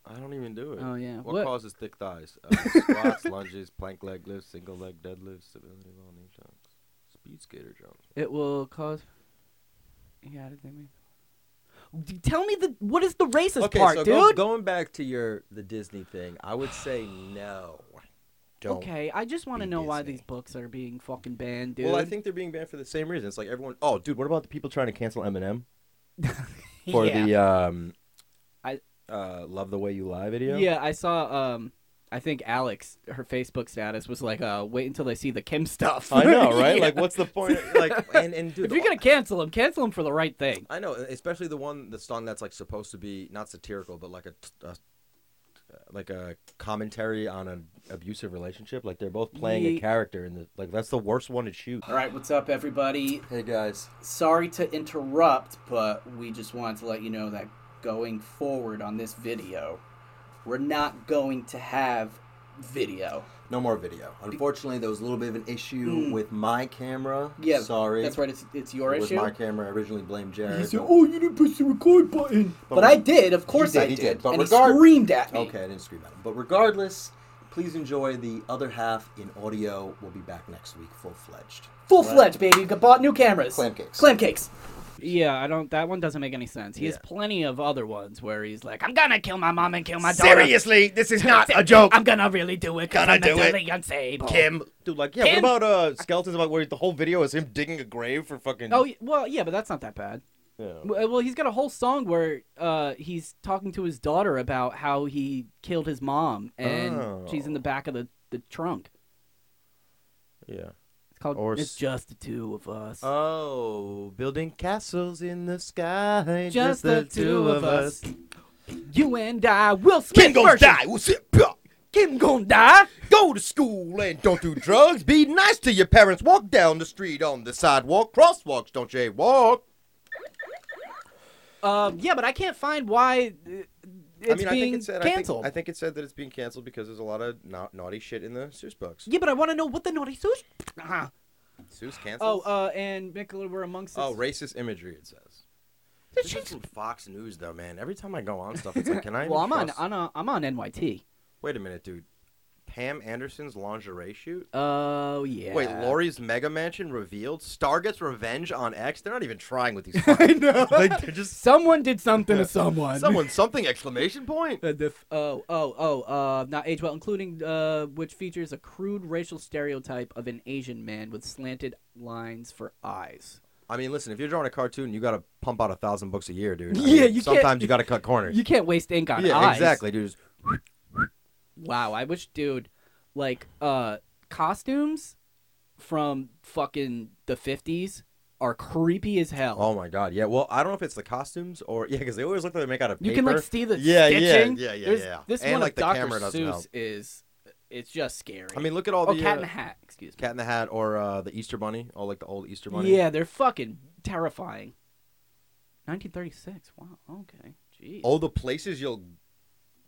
[SPEAKER 1] I don't even do it.
[SPEAKER 2] Oh yeah.
[SPEAKER 1] What,
[SPEAKER 2] What-
[SPEAKER 1] causes thick thighs? Uh, squats, lunges, plank leg lifts, single leg deadlifts, stability long knee jumps, speed skater jumps.
[SPEAKER 2] It will cause. Yeah, I didn't mean. D- Tell me the what is the racist
[SPEAKER 1] okay,
[SPEAKER 2] part,
[SPEAKER 1] so
[SPEAKER 2] dude?
[SPEAKER 1] go- going back to your the Disney thing, I would say no. Don't
[SPEAKER 2] okay, I just want to
[SPEAKER 1] be
[SPEAKER 2] know why
[SPEAKER 1] Disney.
[SPEAKER 2] these books are being fucking banned, dude.
[SPEAKER 1] Well, I think they're being banned for the same reason. It's like everyone. Oh, dude, what about the people trying to cancel Eminem for
[SPEAKER 2] yeah.
[SPEAKER 1] the um,
[SPEAKER 2] I-
[SPEAKER 1] uh, "Love the Way You Lie" video?
[SPEAKER 2] Yeah, I saw. Um, I think Alex, her Facebook status was like, uh, "Wait until they see the Kim stuff."
[SPEAKER 1] I know, right?
[SPEAKER 2] Yeah.
[SPEAKER 1] Like, what's the point? Like, and and dude,
[SPEAKER 2] if you're gonna cancel him, cancel him for the right thing.
[SPEAKER 1] I know, especially the one the song that's like supposed to be not satirical, but like a, t- a like a commentary on an abusive relationship. Like they're both playing
[SPEAKER 2] Ye-
[SPEAKER 1] a character, and like that's the worst one to shoot.
[SPEAKER 2] All right, what's up, everybody?
[SPEAKER 1] Hey guys,
[SPEAKER 2] Sorry to interrupt, but we just wanted to let you know that going forward on this video, we're not going to have video.
[SPEAKER 1] no more video. Unfortunately, there was a little bit of an issue
[SPEAKER 2] Mm.
[SPEAKER 1] with my camera.
[SPEAKER 2] Yeah,
[SPEAKER 1] sorry.
[SPEAKER 2] That's right, it's, it's your
[SPEAKER 1] it was
[SPEAKER 2] issue.
[SPEAKER 1] my camera. I originally blamed Jared.
[SPEAKER 2] He said,
[SPEAKER 1] but-
[SPEAKER 2] "Oh, you didn't push the record button." But,
[SPEAKER 1] But we-
[SPEAKER 2] I did. Of course
[SPEAKER 1] did,
[SPEAKER 2] I
[SPEAKER 1] he
[SPEAKER 2] did.
[SPEAKER 1] did, but
[SPEAKER 2] and
[SPEAKER 1] regard-
[SPEAKER 2] he screamed at me.
[SPEAKER 1] Okay, I didn't scream at him. But regardless, please enjoy the other half in audio. We'll be back next week, full fledged.
[SPEAKER 2] Full fledged, baby. You bought new cameras.
[SPEAKER 1] Clam cakes.
[SPEAKER 2] Clam cakes. Yeah, I don't. That one doesn't make any sense. He has
[SPEAKER 1] Yeah.
[SPEAKER 2] plenty of other ones where he's like, "I'm gonna kill my mom and kill Oh, my daughter."
[SPEAKER 3] Seriously, this is not a joke,
[SPEAKER 2] I'm gonna really do it. Gonna
[SPEAKER 3] Gonna
[SPEAKER 2] I'm
[SPEAKER 3] do it.
[SPEAKER 2] mentally unstable.
[SPEAKER 3] Kim.
[SPEAKER 1] Dude, like, yeah.
[SPEAKER 2] Kim-
[SPEAKER 1] What about uh, skeletons? About where the whole video is him digging a grave for fucking.
[SPEAKER 2] Oh y- well, yeah, but that's not that bad.
[SPEAKER 1] Yeah.
[SPEAKER 2] W- uh, Well, he's got a whole song where uh, he's talking to his daughter about how he killed his mom, and
[SPEAKER 1] Oh.
[SPEAKER 2] she's in the back of the, the trunk.
[SPEAKER 1] yeah.
[SPEAKER 2] It's called
[SPEAKER 1] Or
[SPEAKER 2] "It's
[SPEAKER 1] s-
[SPEAKER 2] Just the Two of Us."
[SPEAKER 1] Oh, building castles in the sky,
[SPEAKER 2] Just the two of us. You and I will split
[SPEAKER 3] Kim gonna
[SPEAKER 2] version.
[SPEAKER 3] die. We'll sit- Go
[SPEAKER 2] Kim gonna die.
[SPEAKER 3] to school and don't do drugs. Be nice to your parents. Walk down the street on the sidewalk. Crosswalks, don't jaywalk.
[SPEAKER 2] Um, yeah, but I can't find why uh, it's
[SPEAKER 1] I mean, I
[SPEAKER 2] being
[SPEAKER 1] think it said.
[SPEAKER 2] canceled.
[SPEAKER 1] I think, I think it said that it's being canceled because there's a lot of na- naughty shit in the Seuss books.
[SPEAKER 2] yeah, but I want to know what the naughty sushi. Uh-huh.
[SPEAKER 1] Seuss
[SPEAKER 2] Oh,
[SPEAKER 1] cancels.
[SPEAKER 2] uh, and Nicola, we're amongst.
[SPEAKER 1] oh,
[SPEAKER 2] us.
[SPEAKER 1] racist imagery. It says.
[SPEAKER 2] This
[SPEAKER 1] This is
[SPEAKER 2] shit's-
[SPEAKER 1] some Fox News though, man. Every time I go on stuff, it's like, can I?
[SPEAKER 2] well, I'm
[SPEAKER 1] even
[SPEAKER 2] on,
[SPEAKER 1] trust-
[SPEAKER 2] on uh, I'm on NYT.
[SPEAKER 1] Wait a minute, dude. Pam Anderson's lingerie shoot.
[SPEAKER 2] Oh yeah.
[SPEAKER 1] Wait, Lori's Mega Mansion revealed. Star gets revenge on X. They're not even trying with these.
[SPEAKER 2] I
[SPEAKER 1] fucking-
[SPEAKER 2] know.
[SPEAKER 1] like, they're just
[SPEAKER 2] Someone did something to someone.
[SPEAKER 1] someone something exclamation point.
[SPEAKER 2] Uh, the f- oh oh oh uh not age well including uh which features a crude racial stereotype of an Asian man with slanted lines for eyes.
[SPEAKER 1] I mean, listen, if you're drawing a cartoon, you got to pump out a thousand books a year, dude. I
[SPEAKER 2] Yeah, you
[SPEAKER 1] mean,
[SPEAKER 2] can't-
[SPEAKER 1] sometimes you got to cut corners.
[SPEAKER 2] You can't waste ink on
[SPEAKER 1] yeah,
[SPEAKER 2] eyes.
[SPEAKER 1] exactly, dude.
[SPEAKER 2] Wow, I wish, dude, like, uh, costumes from fucking the 50s are creepy as hell.
[SPEAKER 1] Oh my god, yeah. Well, I don't know if it's the costumes or yeah, because they always look like they make out of paper.
[SPEAKER 2] you can, like, see the
[SPEAKER 1] Yeah, yeah,
[SPEAKER 2] stitching.
[SPEAKER 1] yeah, yeah,
[SPEAKER 2] There's-
[SPEAKER 1] yeah.
[SPEAKER 2] This
[SPEAKER 1] And,
[SPEAKER 2] one
[SPEAKER 1] like,
[SPEAKER 2] of
[SPEAKER 1] the
[SPEAKER 2] Dr.
[SPEAKER 1] camera doesn't
[SPEAKER 2] Seuss
[SPEAKER 1] help.
[SPEAKER 2] is, it's just scary.
[SPEAKER 1] I mean, look at all
[SPEAKER 2] oh,
[SPEAKER 1] the
[SPEAKER 2] Cat
[SPEAKER 1] uh,
[SPEAKER 2] in the Hat, excuse me.
[SPEAKER 1] Cat in the Hat or uh, the Easter Bunny, all like the old Easter Bunny.
[SPEAKER 2] Yeah, they're fucking terrifying. 1936, wow, okay. Jeez.
[SPEAKER 1] All the places you'll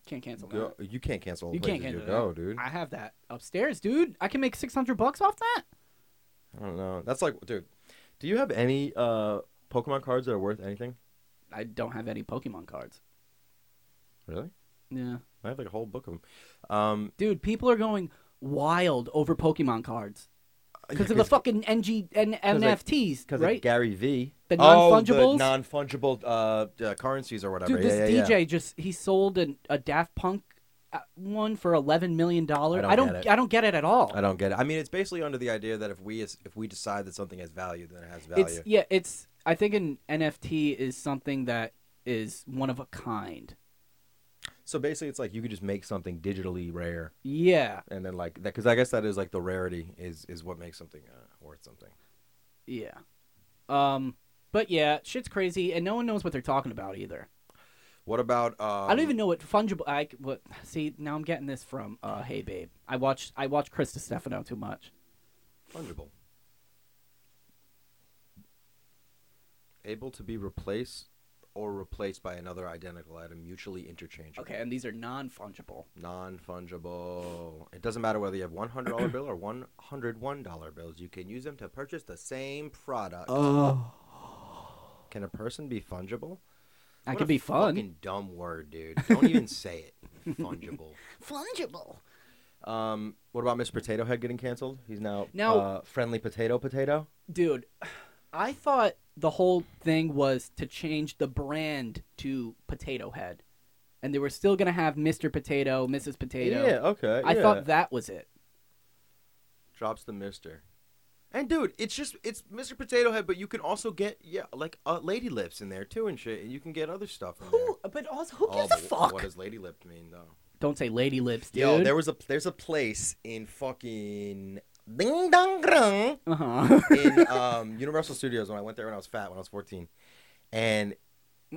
[SPEAKER 2] Can't cancel
[SPEAKER 1] go,
[SPEAKER 2] that.
[SPEAKER 1] you can't cancel. all the
[SPEAKER 2] You can't
[SPEAKER 1] places
[SPEAKER 2] cancel
[SPEAKER 1] you'll
[SPEAKER 2] that.
[SPEAKER 1] go, dude.
[SPEAKER 2] I have that upstairs, dude. I can make 600 bucks off that.
[SPEAKER 1] I don't know. That's like, dude, do you have any uh, Pokemon cards that are worth anything?
[SPEAKER 2] I don't have any Pokemon cards.
[SPEAKER 1] Really?
[SPEAKER 2] Yeah.
[SPEAKER 1] I have like a whole book of them. Um,
[SPEAKER 2] Dude, people are going wild over Pokemon cards because of the fucking NG and
[SPEAKER 1] they-
[SPEAKER 2] NFTs,
[SPEAKER 1] because
[SPEAKER 2] right?
[SPEAKER 1] Gary V.
[SPEAKER 2] The non-fungibles?
[SPEAKER 1] Oh, the non-fungible uh, uh, currencies or whatever.
[SPEAKER 2] Dude,
[SPEAKER 1] yeah,
[SPEAKER 2] this
[SPEAKER 1] yeah,
[SPEAKER 2] DJ just he sold an, a Daft Punk uh, one for eleven million dollars.
[SPEAKER 1] I don't get it.
[SPEAKER 2] I don't get it at all.
[SPEAKER 1] Yeah. I don't get it. I mean, it's basically under the idea that if we is, if we decide that something has value, then it has value.
[SPEAKER 2] It's yeah, it's I think an NFT is something that is one of a kind.
[SPEAKER 1] So basically, it's like you could just make something digitally rare,
[SPEAKER 2] Yeah,
[SPEAKER 1] and then like that because I guess that is like the rarity is is what makes something uh, worth something.
[SPEAKER 2] yeah. Um, but yeah, shit's crazy, and no one knows what they're talking about either.
[SPEAKER 1] What about? Um,
[SPEAKER 2] I don't even know what fungible. I what? See, now I'm getting this from uh, Hey Babe. I watch I watch Chris Stefano too much.
[SPEAKER 1] fungible. Able to be replaced or replaced by another identical item, mutually interchangeable.
[SPEAKER 2] Okay, and these are non fungible.
[SPEAKER 1] Non fungible. It doesn't matter whether you have one hundred dollar bill or one hundred one dollar bills. You can use them to purchase the same product.
[SPEAKER 2] Oh.
[SPEAKER 1] Can a person be fungible?
[SPEAKER 2] That
[SPEAKER 1] What
[SPEAKER 2] could
[SPEAKER 1] a
[SPEAKER 2] be fun.
[SPEAKER 1] Fucking dumb word, dude. Don't even say it. Fungible.
[SPEAKER 2] Fungible.
[SPEAKER 1] Um, what about Miss Potato Head getting canceled? He's now
[SPEAKER 2] Now-
[SPEAKER 1] uh, friendly potato potato.
[SPEAKER 2] Dude, I thought the whole thing was to change the brand to Potato Head. And they were still going to have Mr. Potato, Mrs. Potato.
[SPEAKER 1] Yeah, okay.
[SPEAKER 2] I
[SPEAKER 1] yeah.
[SPEAKER 2] thought that was it.
[SPEAKER 1] drops the Mister. And dude, it's just it's Mr. Potato Head, but you can also get yeah like uh, lady lips in there too and shit, and you can get other stuff. In there.
[SPEAKER 2] Who? But also, who
[SPEAKER 1] Oh,
[SPEAKER 2] gives a
[SPEAKER 1] but
[SPEAKER 2] fuck?
[SPEAKER 1] What does lady lip mean though?
[SPEAKER 2] Don't say lady lips, dude.
[SPEAKER 1] Yo, there was a there's a place in fucking Ding Dong Grung
[SPEAKER 2] Uh-huh.
[SPEAKER 1] in um, Universal Studios when I went there when I was fat when I was 14, and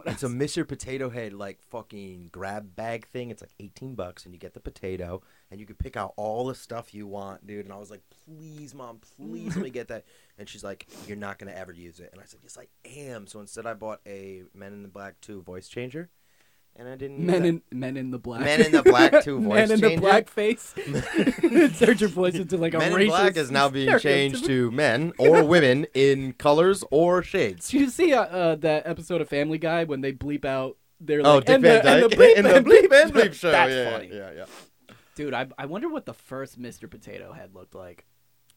[SPEAKER 1] It's a Mr. Potato Head like fucking grab bag thing. It's like eighteen bucks, and you get the potato, and you can pick out all the stuff you want, dude. And I was like, please, mom, please let me get that. And she's like, you're not gonna ever use it. And I said, yes, I am. So instead, I bought a Men in the Black Two voice changer, and I didn't. use
[SPEAKER 2] Men
[SPEAKER 1] that.
[SPEAKER 2] in Men in the Black.
[SPEAKER 1] Men in the Black 2 voice
[SPEAKER 2] Men in the
[SPEAKER 1] changer.
[SPEAKER 2] Black face. Search your voice into like a
[SPEAKER 1] Men in
[SPEAKER 2] racist.
[SPEAKER 1] Black is now being changed
[SPEAKER 2] stereotype.
[SPEAKER 1] to men or women in colors or shades.
[SPEAKER 2] Did you see uh, uh, that episode of Family Guy when they bleep out? They're
[SPEAKER 3] Oh,
[SPEAKER 2] like,
[SPEAKER 3] Dick
[SPEAKER 2] and,
[SPEAKER 3] Van
[SPEAKER 2] the, and the
[SPEAKER 3] Dyke
[SPEAKER 2] bleep
[SPEAKER 3] in the
[SPEAKER 2] and
[SPEAKER 3] bleep and bleep show.
[SPEAKER 2] That's
[SPEAKER 3] yeah,
[SPEAKER 2] funny,
[SPEAKER 3] yeah, yeah.
[SPEAKER 2] dude. I, I wonder what the first Mr. Potato Head looked like.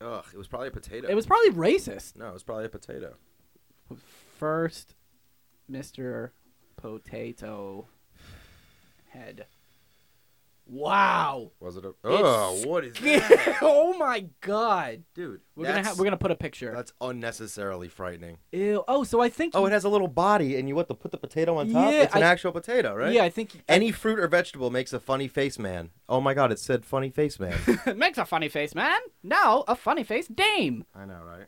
[SPEAKER 1] Ugh, it was probably a potato.
[SPEAKER 2] It was probably racist.
[SPEAKER 1] no, it was probably a potato.
[SPEAKER 2] First, Mr. Potato Head. Wow.
[SPEAKER 1] Was it a?
[SPEAKER 2] It's-
[SPEAKER 1] what is
[SPEAKER 2] oh my god.
[SPEAKER 1] dude?
[SPEAKER 2] We're gonna ha-
[SPEAKER 1] that's-
[SPEAKER 2] we're gonna put a picture.
[SPEAKER 1] That's unnecessarily frightening.
[SPEAKER 2] Ew. Oh, so I think.
[SPEAKER 1] Oh, it has a little body, and you what? The put the potato on top.
[SPEAKER 2] Yeah,
[SPEAKER 1] it's an
[SPEAKER 2] I-
[SPEAKER 1] actual potato, right?
[SPEAKER 2] Yeah, I think
[SPEAKER 1] Any fruit or vegetable makes a funny face man. Oh my god, it said funny face man.
[SPEAKER 2] makes a funny face, man. Now a funny face dame.
[SPEAKER 1] I know, right?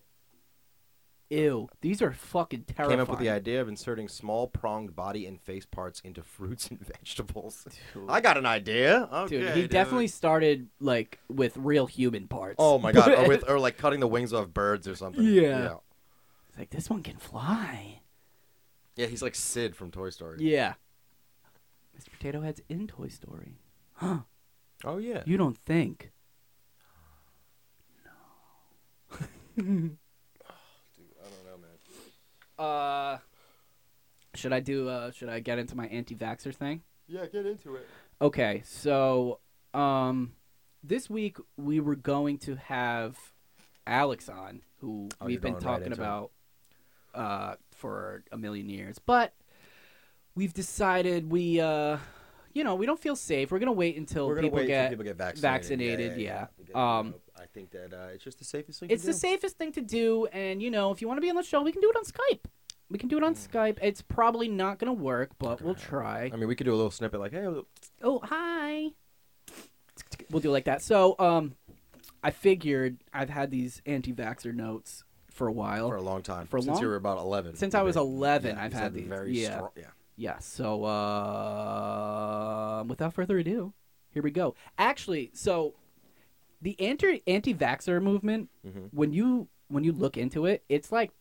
[SPEAKER 2] Ew, these are fucking terrifying.
[SPEAKER 1] Came up with the idea of inserting small pronged body and face parts into fruits and vegetables.
[SPEAKER 2] Dude.
[SPEAKER 1] I got an idea. Okay,
[SPEAKER 2] Dude, he definitely started like with real human parts.
[SPEAKER 1] Oh my god, or with or like cutting the wings off birds or something.
[SPEAKER 2] Yeah.
[SPEAKER 1] yeah.
[SPEAKER 2] It's like this one can fly.
[SPEAKER 1] Yeah, he's like Sid from Toy Story.
[SPEAKER 2] Yeah. Mr. Potato Head's in Toy Story. Huh?
[SPEAKER 1] Oh yeah.
[SPEAKER 2] You don't think?
[SPEAKER 1] I don't know, man.
[SPEAKER 2] Uh, should I do? Uh, should I get into my anti-vaxxer thing?
[SPEAKER 1] Yeah, get into it.
[SPEAKER 2] Okay, so um, this week we were going to have Alex on, who
[SPEAKER 1] Oh,
[SPEAKER 2] we've
[SPEAKER 1] you're
[SPEAKER 2] been
[SPEAKER 1] going right
[SPEAKER 2] talking
[SPEAKER 1] into it.
[SPEAKER 2] about uh, for a million years, but we've decided we, uh, you know, we don't feel safe. We're gonna wait until
[SPEAKER 1] We're gonna
[SPEAKER 2] people
[SPEAKER 1] wait
[SPEAKER 2] get.
[SPEAKER 1] till people get
[SPEAKER 2] vaccinated, yeah. Um,
[SPEAKER 1] Because, you know, I think that uh, it's just the safest thing.
[SPEAKER 2] it's
[SPEAKER 1] to
[SPEAKER 2] the
[SPEAKER 1] do.
[SPEAKER 2] safest thing to do, and you know, if you want to be on the show, we can do it on Skype. We can do it on
[SPEAKER 1] Mm.
[SPEAKER 2] Skype. It's probably not gonna work, but
[SPEAKER 1] gonna
[SPEAKER 2] we'll
[SPEAKER 1] happen.
[SPEAKER 2] try.
[SPEAKER 1] I mean, we could do a little snippet like, "Hey,
[SPEAKER 2] Oh, hi. We'll do it like that. So, um, I figured I've had these anti-vaxxer notes for a while.
[SPEAKER 1] for a long time.
[SPEAKER 2] Oh, For
[SPEAKER 1] since
[SPEAKER 2] long-
[SPEAKER 1] you were about eleven.
[SPEAKER 2] Since I was
[SPEAKER 1] You've
[SPEAKER 2] 11,
[SPEAKER 1] yeah,
[SPEAKER 2] I've
[SPEAKER 1] he's
[SPEAKER 2] had
[SPEAKER 1] a
[SPEAKER 2] these.
[SPEAKER 1] Very
[SPEAKER 2] Yeah.
[SPEAKER 1] strong. Yeah.
[SPEAKER 2] yeah. So, uh, without further ado, here we go. Actually, so the anti anti-vaxxer movement,
[SPEAKER 1] Mhm.
[SPEAKER 2] when you when you look into it, it's like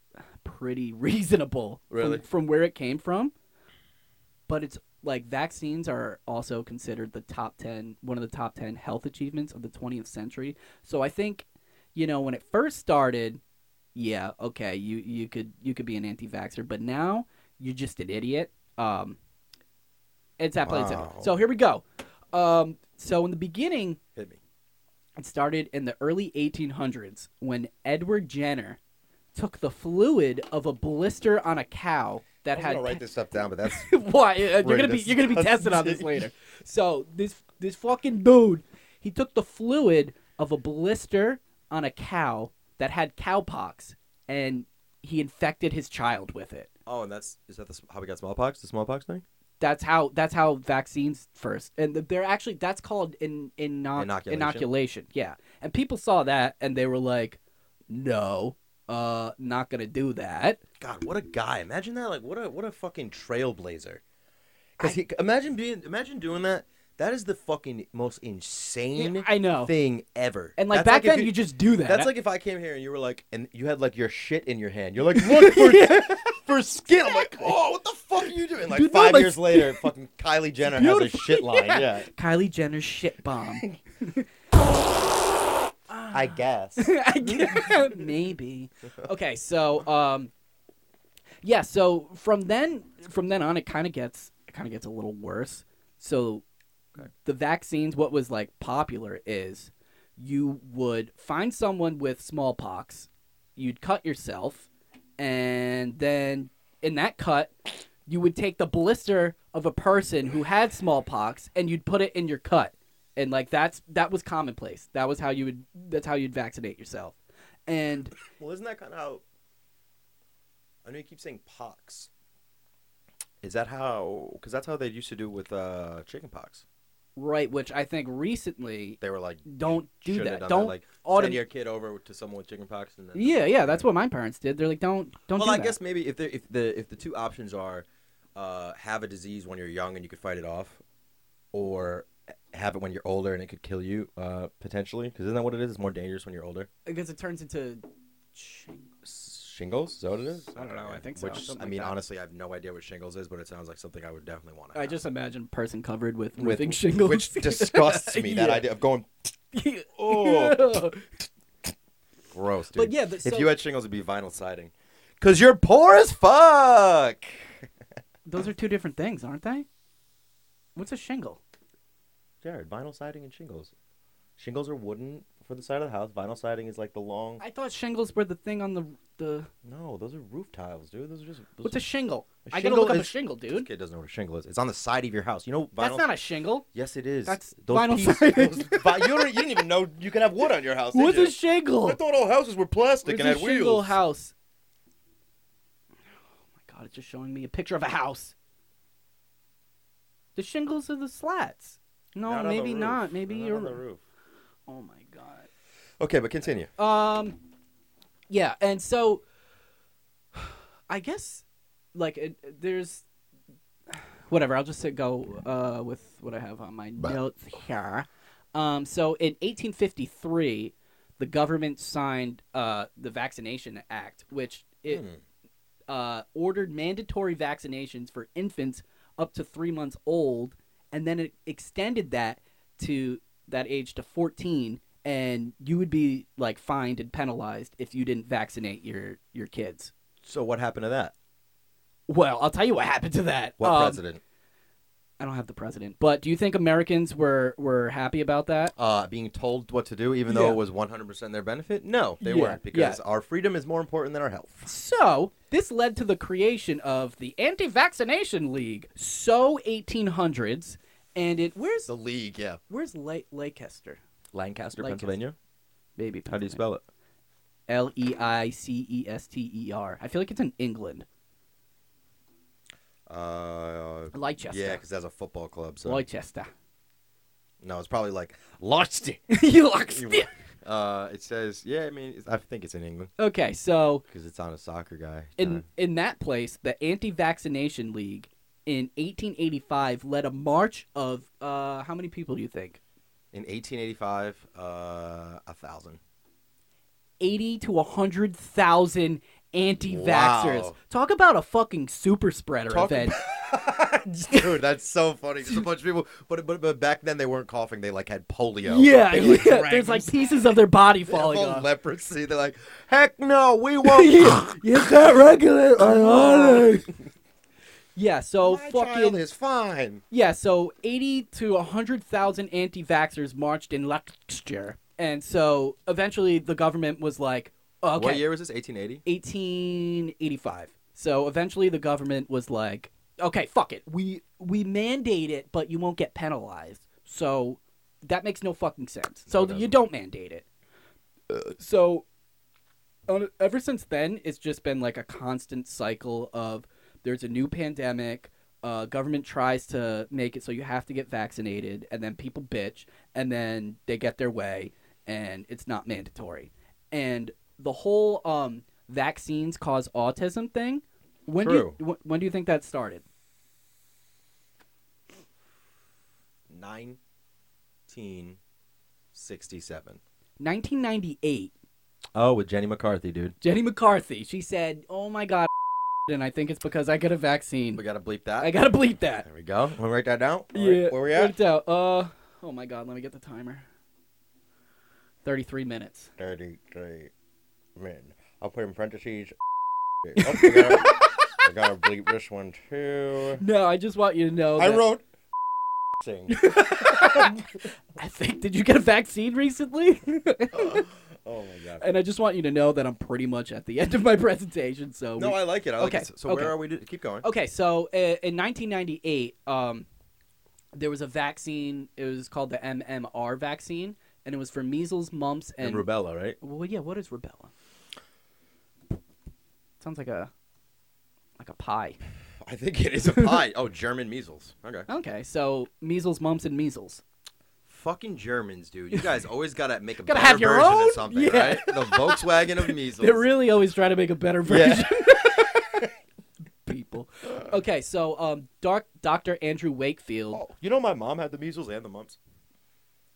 [SPEAKER 2] pretty reasonable from-
[SPEAKER 1] Really?
[SPEAKER 2] from, where it came from. But it's like vaccines are also considered the top 10 one of the top 10 health achievements of the 20th century. So I think you know when it first started, yeah, okay, you you could you could be an anti-vaxxer, but now you're just an idiot. Um it's that plain and simple.
[SPEAKER 1] Wow.
[SPEAKER 2] So here we go. Um so in the beginning
[SPEAKER 1] Hit me.
[SPEAKER 2] it started in the early 1800s when Edward Jenner took the fluid of a blister on a cow that
[SPEAKER 1] I'm
[SPEAKER 2] had.
[SPEAKER 1] gonna write this stuff down, but that's
[SPEAKER 2] Why Uh, you're
[SPEAKER 1] Right,
[SPEAKER 2] gonna be
[SPEAKER 1] that's
[SPEAKER 2] you're gonna be tested on this
[SPEAKER 1] disgusting.
[SPEAKER 2] later. So this this fucking dude, he took the fluid of a blister on a cow that had cowpox, and he infected his child with it.
[SPEAKER 1] oh, and that's is that the, sm- how we got smallpox? The smallpox thing?
[SPEAKER 2] That's how that's how vaccines first, and they're actually that's called in, inoc-
[SPEAKER 1] Inoculation.
[SPEAKER 2] inoculation. Yeah, and people saw that and they were like, "No, uh, not gonna do that."
[SPEAKER 1] God, what a guy! Imagine that. Like, what a what a fucking trailblazer. Because he imagine being imagine doing that. That is the fucking most insane
[SPEAKER 2] Yeah, I know.
[SPEAKER 1] thing ever.
[SPEAKER 2] And like
[SPEAKER 1] That's
[SPEAKER 2] back
[SPEAKER 1] if
[SPEAKER 2] then, you, just do that.
[SPEAKER 1] That's like if I came here and you were like, and you had like your shit in your hand. You're like, look for, for skin. I'm like, oh, what the fuck are you doing? Like
[SPEAKER 2] Dude, no,
[SPEAKER 1] five
[SPEAKER 2] my
[SPEAKER 1] years later, fucking Kylie Jenner has a
[SPEAKER 2] beautiful.
[SPEAKER 1] shit line. Yeah.
[SPEAKER 2] Kylie Jenner's shit bomb.
[SPEAKER 1] I guess.
[SPEAKER 2] I guess- Maybe. Okay, so um, yeah. So from then from then on, it kind of gets it kind of gets a little worse. So the vaccines, what was like popular is you would find someone with smallpox, you'd cut yourself, and then in that cut, you would take the blister of a person who had smallpox and you'd put it in your cut. And like that's that was commonplace. That was how you would that's how you'd vaccinate yourself. And
[SPEAKER 1] well, isn't that kind of how? I know you keep saying pox. Is that how? Because that's how they used to do with uh, chicken pox.
[SPEAKER 2] right, which I think recently
[SPEAKER 1] They were like,
[SPEAKER 2] don't do
[SPEAKER 1] shouldn't have
[SPEAKER 2] that.
[SPEAKER 1] done
[SPEAKER 2] Don't
[SPEAKER 1] like
[SPEAKER 2] autom-
[SPEAKER 1] send your kid over to someone with chicken pox and then
[SPEAKER 2] Yeah, yeah, that's what my parents did. They're like don't don't
[SPEAKER 1] well,
[SPEAKER 2] do
[SPEAKER 1] I
[SPEAKER 2] that.
[SPEAKER 1] guess maybe if the if the if the two options are, uh, have a disease when you're young and you could fight it off, or have it when you're older and it could kill you uh, potentially. Because isn't that what it is? It's more dangerous when you're older.
[SPEAKER 2] Because it turns into. shing-
[SPEAKER 1] Shingles? Is that what it is?
[SPEAKER 2] I don't know. I think so.
[SPEAKER 1] Which
[SPEAKER 2] Something
[SPEAKER 1] I
[SPEAKER 2] like
[SPEAKER 1] mean,
[SPEAKER 2] that.
[SPEAKER 1] honestly, I have no idea what shingles is, but it sounds like something I would definitely want to.
[SPEAKER 2] I just imagine a person covered with
[SPEAKER 1] With-
[SPEAKER 2] roofing shingles.
[SPEAKER 1] which disgusts me. That
[SPEAKER 2] Yeah.
[SPEAKER 1] idea of going
[SPEAKER 2] oh.
[SPEAKER 1] gross, dude.
[SPEAKER 2] But yeah, but so
[SPEAKER 1] if you had shingles, it'd be vinyl siding. Cause you're poor as fuck.
[SPEAKER 2] those are two different things, aren't they? What's a shingle?
[SPEAKER 1] Jared, vinyl siding and shingles. Shingles are wooden for the side of the house. Vinyl siding is like the long.
[SPEAKER 2] I thought shingles were the thing on the the.
[SPEAKER 1] No, those are roof tiles, dude. Those are just. Those
[SPEAKER 2] What's a shingle?
[SPEAKER 1] A
[SPEAKER 2] I gotta
[SPEAKER 1] shingle
[SPEAKER 2] look up a
[SPEAKER 1] is-
[SPEAKER 2] shingle,
[SPEAKER 1] This
[SPEAKER 2] dude.
[SPEAKER 1] kid doesn't know what a shingle is. It's on the side of your house. You know, vinyl.
[SPEAKER 2] That's not a shingle.
[SPEAKER 1] Yes, it is.
[SPEAKER 2] That's
[SPEAKER 1] those
[SPEAKER 2] vinyl
[SPEAKER 1] pieces-
[SPEAKER 2] siding.
[SPEAKER 1] those vi- you, don't, you didn't even know you can have wood on your house. did
[SPEAKER 2] What's
[SPEAKER 1] you?
[SPEAKER 2] a shingle?
[SPEAKER 3] I thought all houses were plastic
[SPEAKER 2] Where's
[SPEAKER 3] and
[SPEAKER 2] Oh. a
[SPEAKER 3] had
[SPEAKER 2] shingle
[SPEAKER 3] wheels.
[SPEAKER 2] house? Oh my god! It's just showing me a picture of a house. The shingles are the slats. No,
[SPEAKER 1] Not on the
[SPEAKER 2] maybe
[SPEAKER 1] roof.
[SPEAKER 2] not. Maybe
[SPEAKER 1] Not
[SPEAKER 2] you're.
[SPEAKER 1] on the roof.
[SPEAKER 2] Oh my god.
[SPEAKER 1] Okay, but continue.
[SPEAKER 2] Um, yeah, and so I guess like it, there's whatever. I'll just say go uh, with what I have on my
[SPEAKER 1] Bah.
[SPEAKER 2] notes here. Um, so in 1853, the government signed uh, the Vaccination Act, which it
[SPEAKER 1] Hmm.
[SPEAKER 2] uh, ordered mandatory vaccinations for infants up to three months old, and then it extended that to that age to 14, and you would be like fined and penalized if you didn't vaccinate your your kids.
[SPEAKER 1] So what happened to that?
[SPEAKER 2] Well, I'll tell you what happened to that.
[SPEAKER 1] What
[SPEAKER 2] Um,
[SPEAKER 1] president?
[SPEAKER 2] I don't have the president, but do you think Americans were were happy about that?
[SPEAKER 1] Uh, being told what to do, even though
[SPEAKER 2] Yeah.
[SPEAKER 1] it was 100% their benefit? No, they
[SPEAKER 2] Yeah,
[SPEAKER 1] weren't,
[SPEAKER 2] yeah.
[SPEAKER 1] because our freedom is more important than our health.
[SPEAKER 2] So, this led to the creation of the Anti Vaccination League, so 1800s, and it where's
[SPEAKER 1] The league, yeah.
[SPEAKER 2] where's La- Leicester? Lancaster.
[SPEAKER 1] Lancaster, Pennsylvania.
[SPEAKER 2] Maybe.
[SPEAKER 1] How do
[SPEAKER 2] Pennsylvania.
[SPEAKER 1] you spell it?
[SPEAKER 2] L E I C E S T E R. I feel like it's in England.
[SPEAKER 1] Uh,
[SPEAKER 2] Leicester.
[SPEAKER 1] yeah, because that's a football club. So
[SPEAKER 2] Leicester.
[SPEAKER 1] no, it's probably like lost it.
[SPEAKER 2] you lost it.
[SPEAKER 1] Uh, it says, yeah. I mean, it's, I think it's in England
[SPEAKER 2] Okay, so
[SPEAKER 1] because it's on a soccer guy.
[SPEAKER 2] in
[SPEAKER 1] Uh,
[SPEAKER 2] in that place, the anti-vaccination league in 1885 led a march of uh, how many people do you think?
[SPEAKER 1] in 1885, uh, a thousand.
[SPEAKER 2] 80 to 100,000 anti-vaxxers.
[SPEAKER 1] Wow.
[SPEAKER 2] Talk about a fucking super spreader
[SPEAKER 1] Talk
[SPEAKER 2] event.
[SPEAKER 1] Dude, that's so funny. Just a bunch of people, but, but but back then they weren't coughing. They like had polio.
[SPEAKER 2] yeah,
[SPEAKER 1] They, like,
[SPEAKER 2] yeah.
[SPEAKER 1] drank
[SPEAKER 2] There's like
[SPEAKER 1] themselves
[SPEAKER 2] pieces of their body falling
[SPEAKER 1] of
[SPEAKER 2] off.
[SPEAKER 1] leprosy. They're like, heck no, we won't.
[SPEAKER 2] you can't regulate my heartache. Yeah, so
[SPEAKER 1] My child
[SPEAKER 2] fucking
[SPEAKER 1] is fine.
[SPEAKER 2] yeah, so eighty to hundred thousand anti-vaxxers marched in Leicester, and so eventually the government was like, okay,
[SPEAKER 1] What year was this? 1880.
[SPEAKER 2] 1885. So eventually the government was like, okay, fuck it. We we mandate it, but you won't get penalized. So that makes no fucking sense. So
[SPEAKER 1] No, it
[SPEAKER 2] you
[SPEAKER 1] doesn't. Uh,
[SPEAKER 2] don't mandate it. so on, ever since then, it's just been like a constant cycle of there's a new pandemic. Uh, government tries to make it so you have to get vaccinated, and then people bitch, and then they get their way, and it's not mandatory. And the whole um, vaccines cause autism thing. When
[SPEAKER 1] True.
[SPEAKER 2] do you, wh- when do you think that started?
[SPEAKER 1] Nineteen sixty-seven.
[SPEAKER 2] 1998.
[SPEAKER 1] Oh, with Jenny McCarthy, dude.
[SPEAKER 2] Jenny McCarthy. She said, "Oh my god," and I think it's because I get a vaccine.
[SPEAKER 1] We gotta bleep that.
[SPEAKER 2] I gotta bleep that.
[SPEAKER 1] There we go. Want to write that down? All right,
[SPEAKER 2] Yeah.
[SPEAKER 1] Where we
[SPEAKER 2] write
[SPEAKER 1] at?
[SPEAKER 2] it down. Uh, oh my god, let me get the timer. 33 minutes.
[SPEAKER 1] Thirty-three. Men. I'll put in parentheses. oh, we, gotta, we gotta bleep this one too.
[SPEAKER 2] No, I just want you to know.
[SPEAKER 1] I
[SPEAKER 2] that-
[SPEAKER 1] wrote.
[SPEAKER 2] I think, did you get a vaccine recently?
[SPEAKER 1] oh my god.
[SPEAKER 2] and I just want you to know that I'm pretty much at the end of my presentation. So
[SPEAKER 1] No,
[SPEAKER 2] we-
[SPEAKER 1] I like it. I like
[SPEAKER 2] Okay,
[SPEAKER 1] it. So
[SPEAKER 2] okay.
[SPEAKER 1] where are we? To, keep going.
[SPEAKER 2] okay, so uh, in 1998, um, there was a vaccine. It was called the MMR vaccine, and it was for measles, mumps, and,
[SPEAKER 1] rubella, right?
[SPEAKER 2] Well, yeah. What is rubella? Sounds like a like a pie.
[SPEAKER 1] I think it is a pie. Oh, German measles. Okay.
[SPEAKER 2] Okay, so measles, mumps, and measles.
[SPEAKER 1] Fucking Germans, dude. You guys always gotta make a
[SPEAKER 2] Gotta
[SPEAKER 1] better
[SPEAKER 2] have your
[SPEAKER 1] version
[SPEAKER 2] own?
[SPEAKER 1] of something,
[SPEAKER 2] Yeah.
[SPEAKER 1] right? The Volkswagen of measles.
[SPEAKER 2] They're really always trying to make a better version.
[SPEAKER 1] Yeah.
[SPEAKER 2] People. Okay, so um, Dark Doctor Andrew Wakefield.
[SPEAKER 1] Oh, you know my mom had the measles and the mumps.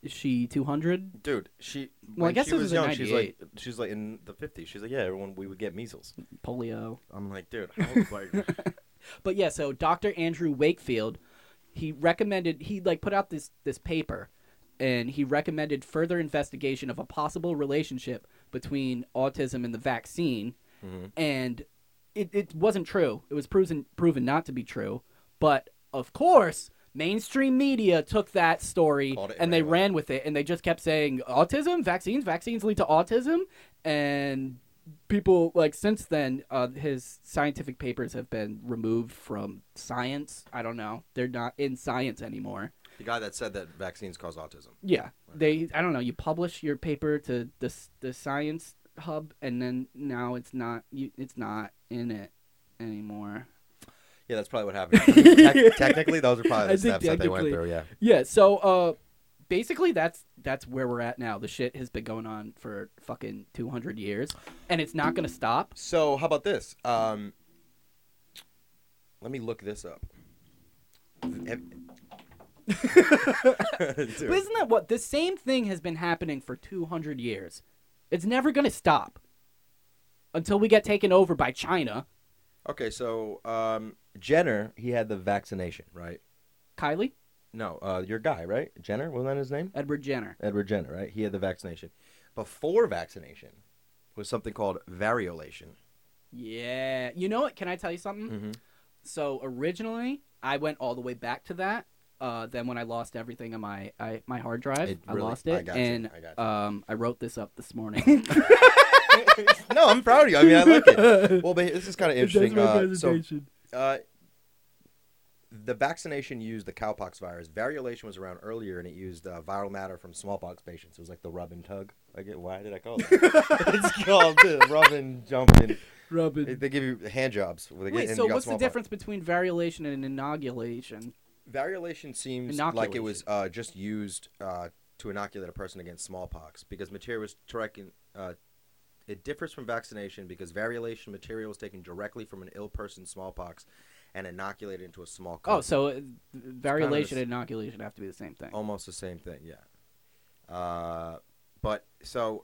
[SPEAKER 2] Is she two hundred?
[SPEAKER 1] Dude, she
[SPEAKER 2] Well, I
[SPEAKER 1] when
[SPEAKER 2] guess
[SPEAKER 1] she
[SPEAKER 2] this
[SPEAKER 1] was,
[SPEAKER 2] was in
[SPEAKER 1] young, she's like she's like in the 50s. She's like, yeah, everyone we would get measles.
[SPEAKER 2] Polio.
[SPEAKER 1] I'm like, dude, how like,
[SPEAKER 2] But yeah, so Dr. Andrew Wakefield, he recommended he like put out this this paper and he recommended further investigation of a possible relationship between autism and the vaccine
[SPEAKER 1] Mhm.
[SPEAKER 2] and it, it wasn't true. It was proven proven not to be true, but of course Mainstream media took that story
[SPEAKER 1] Called it
[SPEAKER 2] and
[SPEAKER 1] and
[SPEAKER 2] they
[SPEAKER 1] ran with it.
[SPEAKER 2] ran with it, and they just kept saying autism, vaccines, vaccines lead to autism, and people like since then uh, his scientific papers have been removed from science i don't know they're not in science anymore
[SPEAKER 1] the guy that said that vaccines cause autism.
[SPEAKER 2] yeah they i don't know you publish your paper to the, s- the science hub and then now it's not you it's not in it anymore
[SPEAKER 1] Yeah, that's probably what happened. Tec- technically, those are
[SPEAKER 2] I
[SPEAKER 1] probably the
[SPEAKER 2] think
[SPEAKER 1] steps that they went
[SPEAKER 2] technically-
[SPEAKER 1] through. Yeah,
[SPEAKER 2] yeah so uh basically that's that's where we're at now the shit has been going on for fucking 200 years and it's not gonna stop
[SPEAKER 1] So how about this? Um, let me look this up. Dude,
[SPEAKER 2] But isn't that what the same thing has been happening for 200 years? It's never going to stop until we get taken over by China.
[SPEAKER 1] Okay, so um, Jenner, he had the vaccination, right?
[SPEAKER 2] Kylie,
[SPEAKER 1] No, uh, your guy, right? Jenner, wasn't that his name?
[SPEAKER 2] Edward Jenner.
[SPEAKER 1] Edward Jenner, right? He had the vaccination. Before vaccination was something called variolation.
[SPEAKER 2] Yeah. You know what? Can I tell you something?
[SPEAKER 1] Mm-hmm.
[SPEAKER 2] So originally, I went all the way back to that. Uh, then when I lost everything on my I, my hard drive,
[SPEAKER 1] It
[SPEAKER 2] I
[SPEAKER 1] really-
[SPEAKER 2] lost
[SPEAKER 1] I
[SPEAKER 2] it,
[SPEAKER 1] got you,
[SPEAKER 2] and
[SPEAKER 1] I got you.
[SPEAKER 2] um, I wrote this up this morning. uh,
[SPEAKER 1] no, I'm proud of you. I mean, I like it. Well, but this is kind of interesting. Uh, so, uh, the vaccination used the cowpox virus. Variolation was around earlier, and it used uh, viral matter from smallpox patients. It was like the rub and tug. I get why did I call it? that? it's called the rub and jumping. They,
[SPEAKER 2] Robin.
[SPEAKER 1] they give you hand jobs. Where they get,
[SPEAKER 2] Wait,
[SPEAKER 1] and
[SPEAKER 2] so
[SPEAKER 1] you got
[SPEAKER 2] what's the
[SPEAKER 1] smallpox.
[SPEAKER 2] difference between variolation and inoculation?
[SPEAKER 1] Variolation seems like it was uh, just used uh, to inoculate a person against smallpox because material was directly. Uh, it differs from vaccination because variolation material is taken directly from an ill person's smallpox and inoculated into a small.
[SPEAKER 2] Oh,
[SPEAKER 1] Cup.
[SPEAKER 2] so uh, variolation
[SPEAKER 1] s- Um,
[SPEAKER 2] and inoculation have to be the same thing.
[SPEAKER 1] almost the same thing, yeah. Uh, but so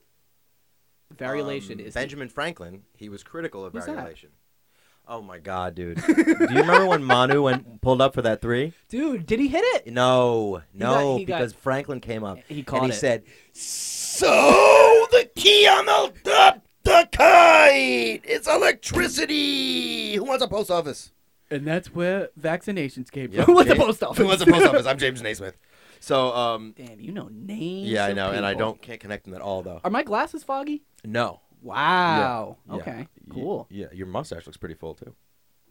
[SPEAKER 2] Variolation
[SPEAKER 1] um,
[SPEAKER 2] is
[SPEAKER 1] Benjamin Franklin. He was critical of
[SPEAKER 2] Who's that?
[SPEAKER 1] variolation. Oh my God, dude! Do you remember when Manu went pulled up for that three?
[SPEAKER 2] Dude, did he hit it?
[SPEAKER 1] No,
[SPEAKER 2] got-
[SPEAKER 1] no,
[SPEAKER 2] he got-
[SPEAKER 1] because Franklin came up
[SPEAKER 2] He
[SPEAKER 1] and
[SPEAKER 2] caught
[SPEAKER 1] he
[SPEAKER 2] it.
[SPEAKER 1] said, "So the key on the, the the kite, it's electricity. Who wants a post office?
[SPEAKER 2] and that's where vaccinations came
[SPEAKER 1] Yeah.
[SPEAKER 2] from. With the
[SPEAKER 1] James-
[SPEAKER 2] post office.
[SPEAKER 1] Who wants a post office? I'm James Naismith. So, um,
[SPEAKER 2] Damn, you know names.
[SPEAKER 1] yeah, I
[SPEAKER 2] of
[SPEAKER 1] know, and I
[SPEAKER 2] people.
[SPEAKER 1] don't can't connect them at all though.
[SPEAKER 2] Are my glasses foggy?
[SPEAKER 1] No.
[SPEAKER 2] Wow.
[SPEAKER 1] Yeah.
[SPEAKER 2] Okay.
[SPEAKER 1] Y-
[SPEAKER 2] Cool.
[SPEAKER 1] Yeah, your mustache looks pretty full too.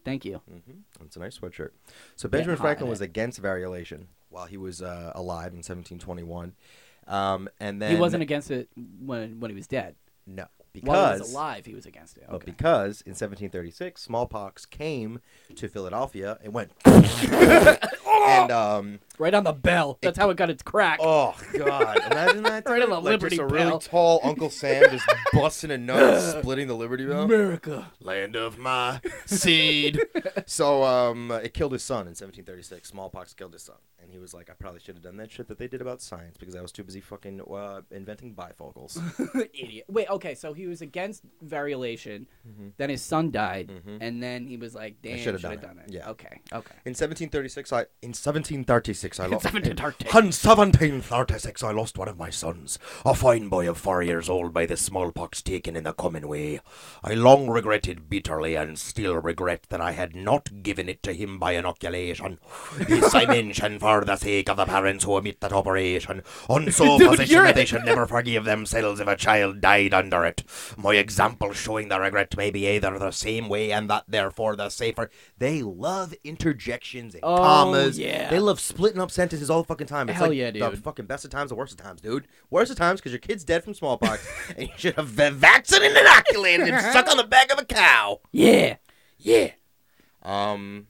[SPEAKER 2] Thank you.
[SPEAKER 1] Mm-hmm. It's a nice sweatshirt. So Benjamin
[SPEAKER 2] hot in
[SPEAKER 1] Franklin
[SPEAKER 2] it.
[SPEAKER 1] was against variolation while he was uh, alive in 1721, um, and then
[SPEAKER 2] he wasn't against it when when he was dead.
[SPEAKER 1] no because
[SPEAKER 2] While he was alive, he was against it.
[SPEAKER 1] But
[SPEAKER 2] Okay.
[SPEAKER 1] because in 1736 smallpox came to Philadelphia, it went and um
[SPEAKER 2] Right on the bell. That's how it got its crack.
[SPEAKER 1] oh god, imagine that
[SPEAKER 2] Right on
[SPEAKER 1] dude.
[SPEAKER 2] the
[SPEAKER 1] like
[SPEAKER 2] Liberty
[SPEAKER 1] just a
[SPEAKER 2] Bell.
[SPEAKER 1] really tall Uncle Sam just busting a nut, and splitting the Liberty Bell,
[SPEAKER 2] America.
[SPEAKER 1] land of my seed. so um, it killed his son in 1736. Smallpox killed his son, and he was like, I probably should have done that shit that they did about science because I was too busy fucking uh, inventing bifocals.
[SPEAKER 2] Idiot. Wait, okay, so he was against variolation. Then his son died, and then he was like, damn, should
[SPEAKER 1] Mm-hmm.
[SPEAKER 2] have
[SPEAKER 1] should've done it. Yeah.
[SPEAKER 2] Okay, okay.
[SPEAKER 1] In 1736, I in 1736 I lost.
[SPEAKER 2] 1736.
[SPEAKER 1] In 1736, I lost one of my sons, a fine boy of four years old, by the smallpox taken in the common way. I long regretted bitterly, and still regret that I had not given it to him by inoculation. This I mention for the sake of the parents who omit that operation, on so
[SPEAKER 2] Dude,
[SPEAKER 1] position
[SPEAKER 2] you're-
[SPEAKER 1] that they should never forgive themselves if a child died under it. My example showing the regret may be either the same way, and that therefore the safer. They love interjections and
[SPEAKER 2] Oh,
[SPEAKER 1] commas.
[SPEAKER 2] yeah.
[SPEAKER 1] They love splitting up sentences all the fucking time. It's
[SPEAKER 2] Hell
[SPEAKER 1] like
[SPEAKER 2] yeah,
[SPEAKER 1] The
[SPEAKER 2] dude.
[SPEAKER 1] fucking best of times, the worst of times, dude. Worst of times because your kid's dead from smallpox and you should have been vaccinated and inoculated and stuck on the back of a cow.
[SPEAKER 2] Yeah.
[SPEAKER 1] Yeah. Um,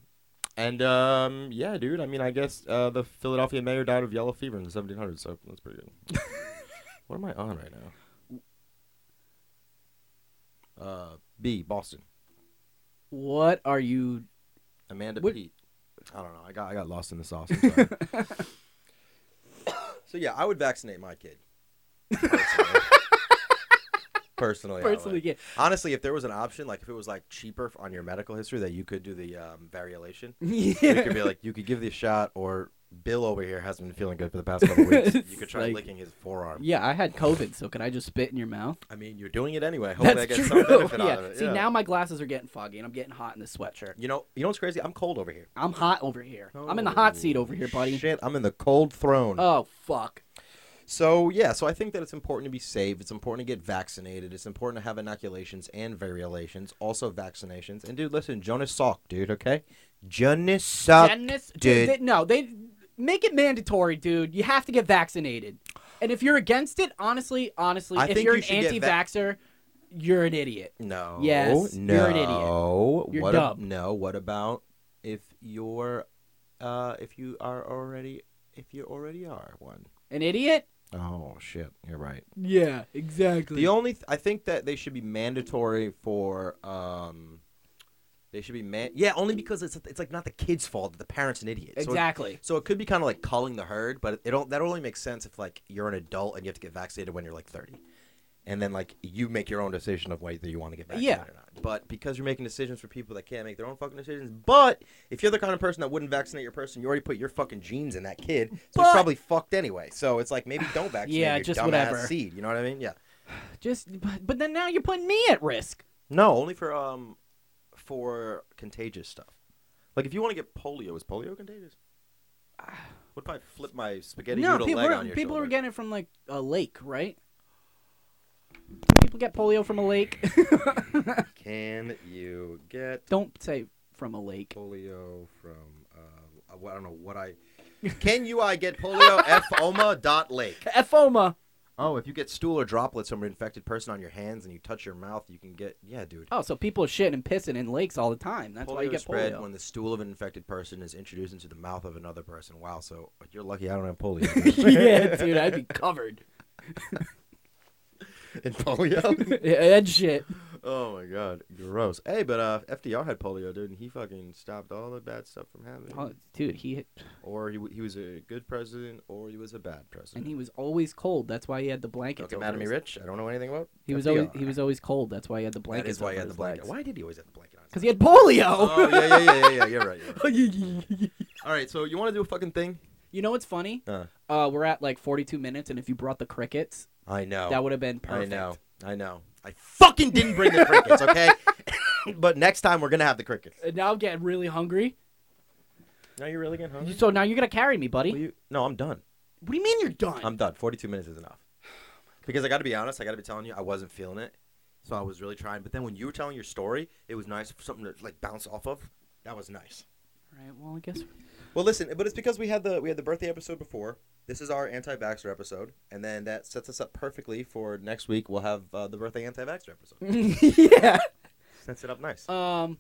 [SPEAKER 1] and um, yeah, dude. I mean, I guess uh, the Philadelphia mayor died of yellow fever in the 1700s, so that's pretty good. what am I on right now? Uh, B Boston.
[SPEAKER 2] What are you
[SPEAKER 1] Amanda
[SPEAKER 2] What-
[SPEAKER 1] Pete. I don't know. I got I got lost in the sauce. I'm sorry. so yeah, I would vaccinate my kid. Personally, Personally, Oh, I would.
[SPEAKER 2] Personally, yeah.
[SPEAKER 1] Honestly, if there was an option, like if it was like cheaper on your medical history that you could do the um, variolation, you could
[SPEAKER 2] yeah.
[SPEAKER 1] be like, you could give the shot, or Bill over here hasn't been feeling good for the past couple weeks. You could
[SPEAKER 2] It's
[SPEAKER 1] try
[SPEAKER 2] like-
[SPEAKER 1] licking his forearm.
[SPEAKER 2] Yeah, I had COVID, so could I just spit in your mouth?
[SPEAKER 1] I mean, you're doing it anyway. Hopefully, I
[SPEAKER 2] That's
[SPEAKER 1] get
[SPEAKER 2] true.
[SPEAKER 1] some benefit
[SPEAKER 2] yeah.
[SPEAKER 1] out of it.
[SPEAKER 2] See,
[SPEAKER 1] yeah.
[SPEAKER 2] now my glasses are getting foggy, and I'm getting hot in this sweatshirt.
[SPEAKER 1] you know, you know what's crazy? I'm cold over here.
[SPEAKER 2] I'm hot over here. I'm in the hot seat over here, buddy.
[SPEAKER 1] Oh, Shit, I'm in the cold throne.
[SPEAKER 2] Oh fuck.
[SPEAKER 1] So yeah, so I think that it's important to be safe. It's important to get vaccinated. It's important to have inoculations and variolations, also vaccinations. And dude, listen, Jonas Salk, dude. Okay, Jonas Salk.
[SPEAKER 2] Dennis,
[SPEAKER 1] dude.
[SPEAKER 2] they- no, they make it mandatory, dude. You have to get vaccinated. And if you're against it, honestly, honestly,
[SPEAKER 1] I
[SPEAKER 2] if
[SPEAKER 1] think
[SPEAKER 2] you're
[SPEAKER 1] you
[SPEAKER 2] an
[SPEAKER 1] should get vac-
[SPEAKER 2] anti-vaxer, you're an idiot.
[SPEAKER 1] no.
[SPEAKER 2] Yes,
[SPEAKER 1] No.
[SPEAKER 2] you're an idiot. You're
[SPEAKER 1] what
[SPEAKER 2] dumb.
[SPEAKER 1] no. What about if you're, uh, if you are already, if you already are one?
[SPEAKER 2] An idiot?
[SPEAKER 1] Oh shit, you're right.
[SPEAKER 2] Yeah, exactly.
[SPEAKER 1] The only th- I think that they should be mandatory for um they should be man yeah only because it's it's like not the kid's fault that the parents an idiot So it-
[SPEAKER 2] exactly.
[SPEAKER 1] so it could be kind of like culling the herd but it don't that only makes sense if like you're an adult and you have to get vaccinated when you're like 30 and then like you make your own decision of whether you want to get vaccinated
[SPEAKER 2] Yeah.
[SPEAKER 1] or not but because you're making decisions for people that can't make their own fucking decisions but if you're the kind of person that wouldn't vaccinate your person you already put your fucking genes in that kid so
[SPEAKER 2] But-
[SPEAKER 1] it's probably fucked anyway so it's like maybe don't vaccinate
[SPEAKER 2] Yeah,
[SPEAKER 1] your
[SPEAKER 2] just
[SPEAKER 1] dumbass
[SPEAKER 2] whatever.
[SPEAKER 1] seed you know what i mean yeah
[SPEAKER 2] Just, but, but then now you're putting me at risk.
[SPEAKER 1] No, only for um for contagious stuff. Like if you want to get polio, is polio contagious? What if I flip my spaghetti
[SPEAKER 2] no,
[SPEAKER 1] noodle
[SPEAKER 2] people,
[SPEAKER 1] leg
[SPEAKER 2] are,
[SPEAKER 1] on your
[SPEAKER 2] people
[SPEAKER 1] shoulder?
[SPEAKER 2] are getting it from like a lake, right? Do People get polio from a lake.
[SPEAKER 1] Can you get
[SPEAKER 2] Don't say from a lake.
[SPEAKER 1] polio from? Uh, I don't know what I. Can you I get polio? Foma dot lake.
[SPEAKER 2] Ephoma.
[SPEAKER 1] Oh, if you get stool or droplets from an infected person on your hands and you touch your mouth, you can get yeah, dude.
[SPEAKER 2] Oh, so people are shitting and pissing in lakes all the time. That's
[SPEAKER 1] polio
[SPEAKER 2] why you
[SPEAKER 1] is
[SPEAKER 2] get
[SPEAKER 1] spread
[SPEAKER 2] polio.
[SPEAKER 1] when the stool of an infected person is introduced into the mouth of another person. Wow, so you're lucky I don't have polio.
[SPEAKER 2] yeah, dude, I'd be covered.
[SPEAKER 1] In polio.
[SPEAKER 2] Ed shit.
[SPEAKER 1] Oh my god, gross. Hey, but uh, FDR had polio, dude, and he fucking stopped all the bad stuff from happening.
[SPEAKER 2] Oh, dude, he
[SPEAKER 1] Or he, w- he was a good president, or he was a bad president.
[SPEAKER 2] and he was always cold. That's why he had the blanket.
[SPEAKER 1] Don't get mad at me, Rich. I don't know anything about.
[SPEAKER 2] He was
[SPEAKER 1] FDR.
[SPEAKER 2] always he was always cold. That's why he had the blanket.
[SPEAKER 1] That is why he had the blanket. Why did he always have the blanket on?
[SPEAKER 2] Because he had polio.
[SPEAKER 1] Oh yeah, yeah, yeah, yeah, yeah. You're right. You're right.
[SPEAKER 2] you
[SPEAKER 1] All right, so you want to do a fucking thing?
[SPEAKER 2] know what's funny?
[SPEAKER 1] Uh,
[SPEAKER 2] Uh, we're at like 42 minutes, and if you brought the crickets,
[SPEAKER 1] I know.
[SPEAKER 2] that would have been perfect.
[SPEAKER 1] Oh. I know. I know. I fucking didn't bring the crickets, okay? but next time we're gonna have the crickets.
[SPEAKER 2] And Uh, now I'm getting really hungry.
[SPEAKER 1] Now you're really getting
[SPEAKER 2] So now you're gonna carry me, buddy.
[SPEAKER 1] No, I'm done.
[SPEAKER 2] What do you mean you're done?
[SPEAKER 1] I'm done. 42 minutes is enough. Because I got to be honest, I got to be telling you, I wasn't feeling it. So I was really trying. But then when you were telling your story, it was nice for something to like bounce off of. That was nice.
[SPEAKER 2] All right. Well, I guess.
[SPEAKER 1] Well, listen, but it's because we had the we had the birthday episode before. This is our anti-vaxxer episode, and then that sets us up perfectly for next week. We'll have uh, the birthday anti-vaxxer episode.
[SPEAKER 2] yeah.
[SPEAKER 1] Sets it up nice.
[SPEAKER 2] Um,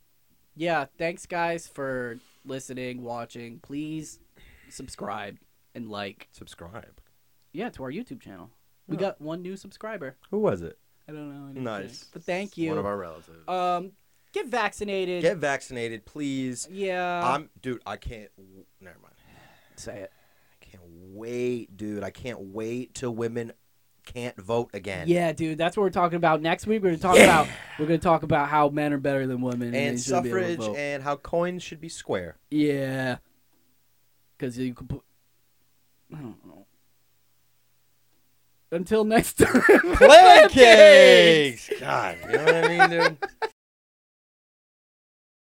[SPEAKER 2] yeah. Thanks, guys, for listening, watching. Please subscribe and like.
[SPEAKER 1] Subscribe.
[SPEAKER 2] Yeah, to our YouTube channel. We
[SPEAKER 1] Yeah.
[SPEAKER 2] got one new subscriber.
[SPEAKER 1] Who was it?
[SPEAKER 2] Oh. I don't know. anything.
[SPEAKER 1] Nice.
[SPEAKER 2] But thank you.
[SPEAKER 1] One of our relatives.
[SPEAKER 2] um, get vaccinated.
[SPEAKER 1] Get vaccinated, please.
[SPEAKER 2] yeah.
[SPEAKER 1] I'm dude. I can't. Never mind.
[SPEAKER 2] Say it.
[SPEAKER 1] I can't wait, dude. I can't wait till women can't vote again.
[SPEAKER 2] Yeah, dude, that's what we're talking about next week. We're gonna talk
[SPEAKER 1] Yeah.
[SPEAKER 2] about we're gonna talk about how men are better than women and,
[SPEAKER 1] And
[SPEAKER 2] they should be able to
[SPEAKER 1] suffrage
[SPEAKER 2] vote.
[SPEAKER 1] and how coins should be square.
[SPEAKER 2] yeah, because you can put. I don't know. Until next time.
[SPEAKER 1] Plan cakes! God, you know what I mean, dude?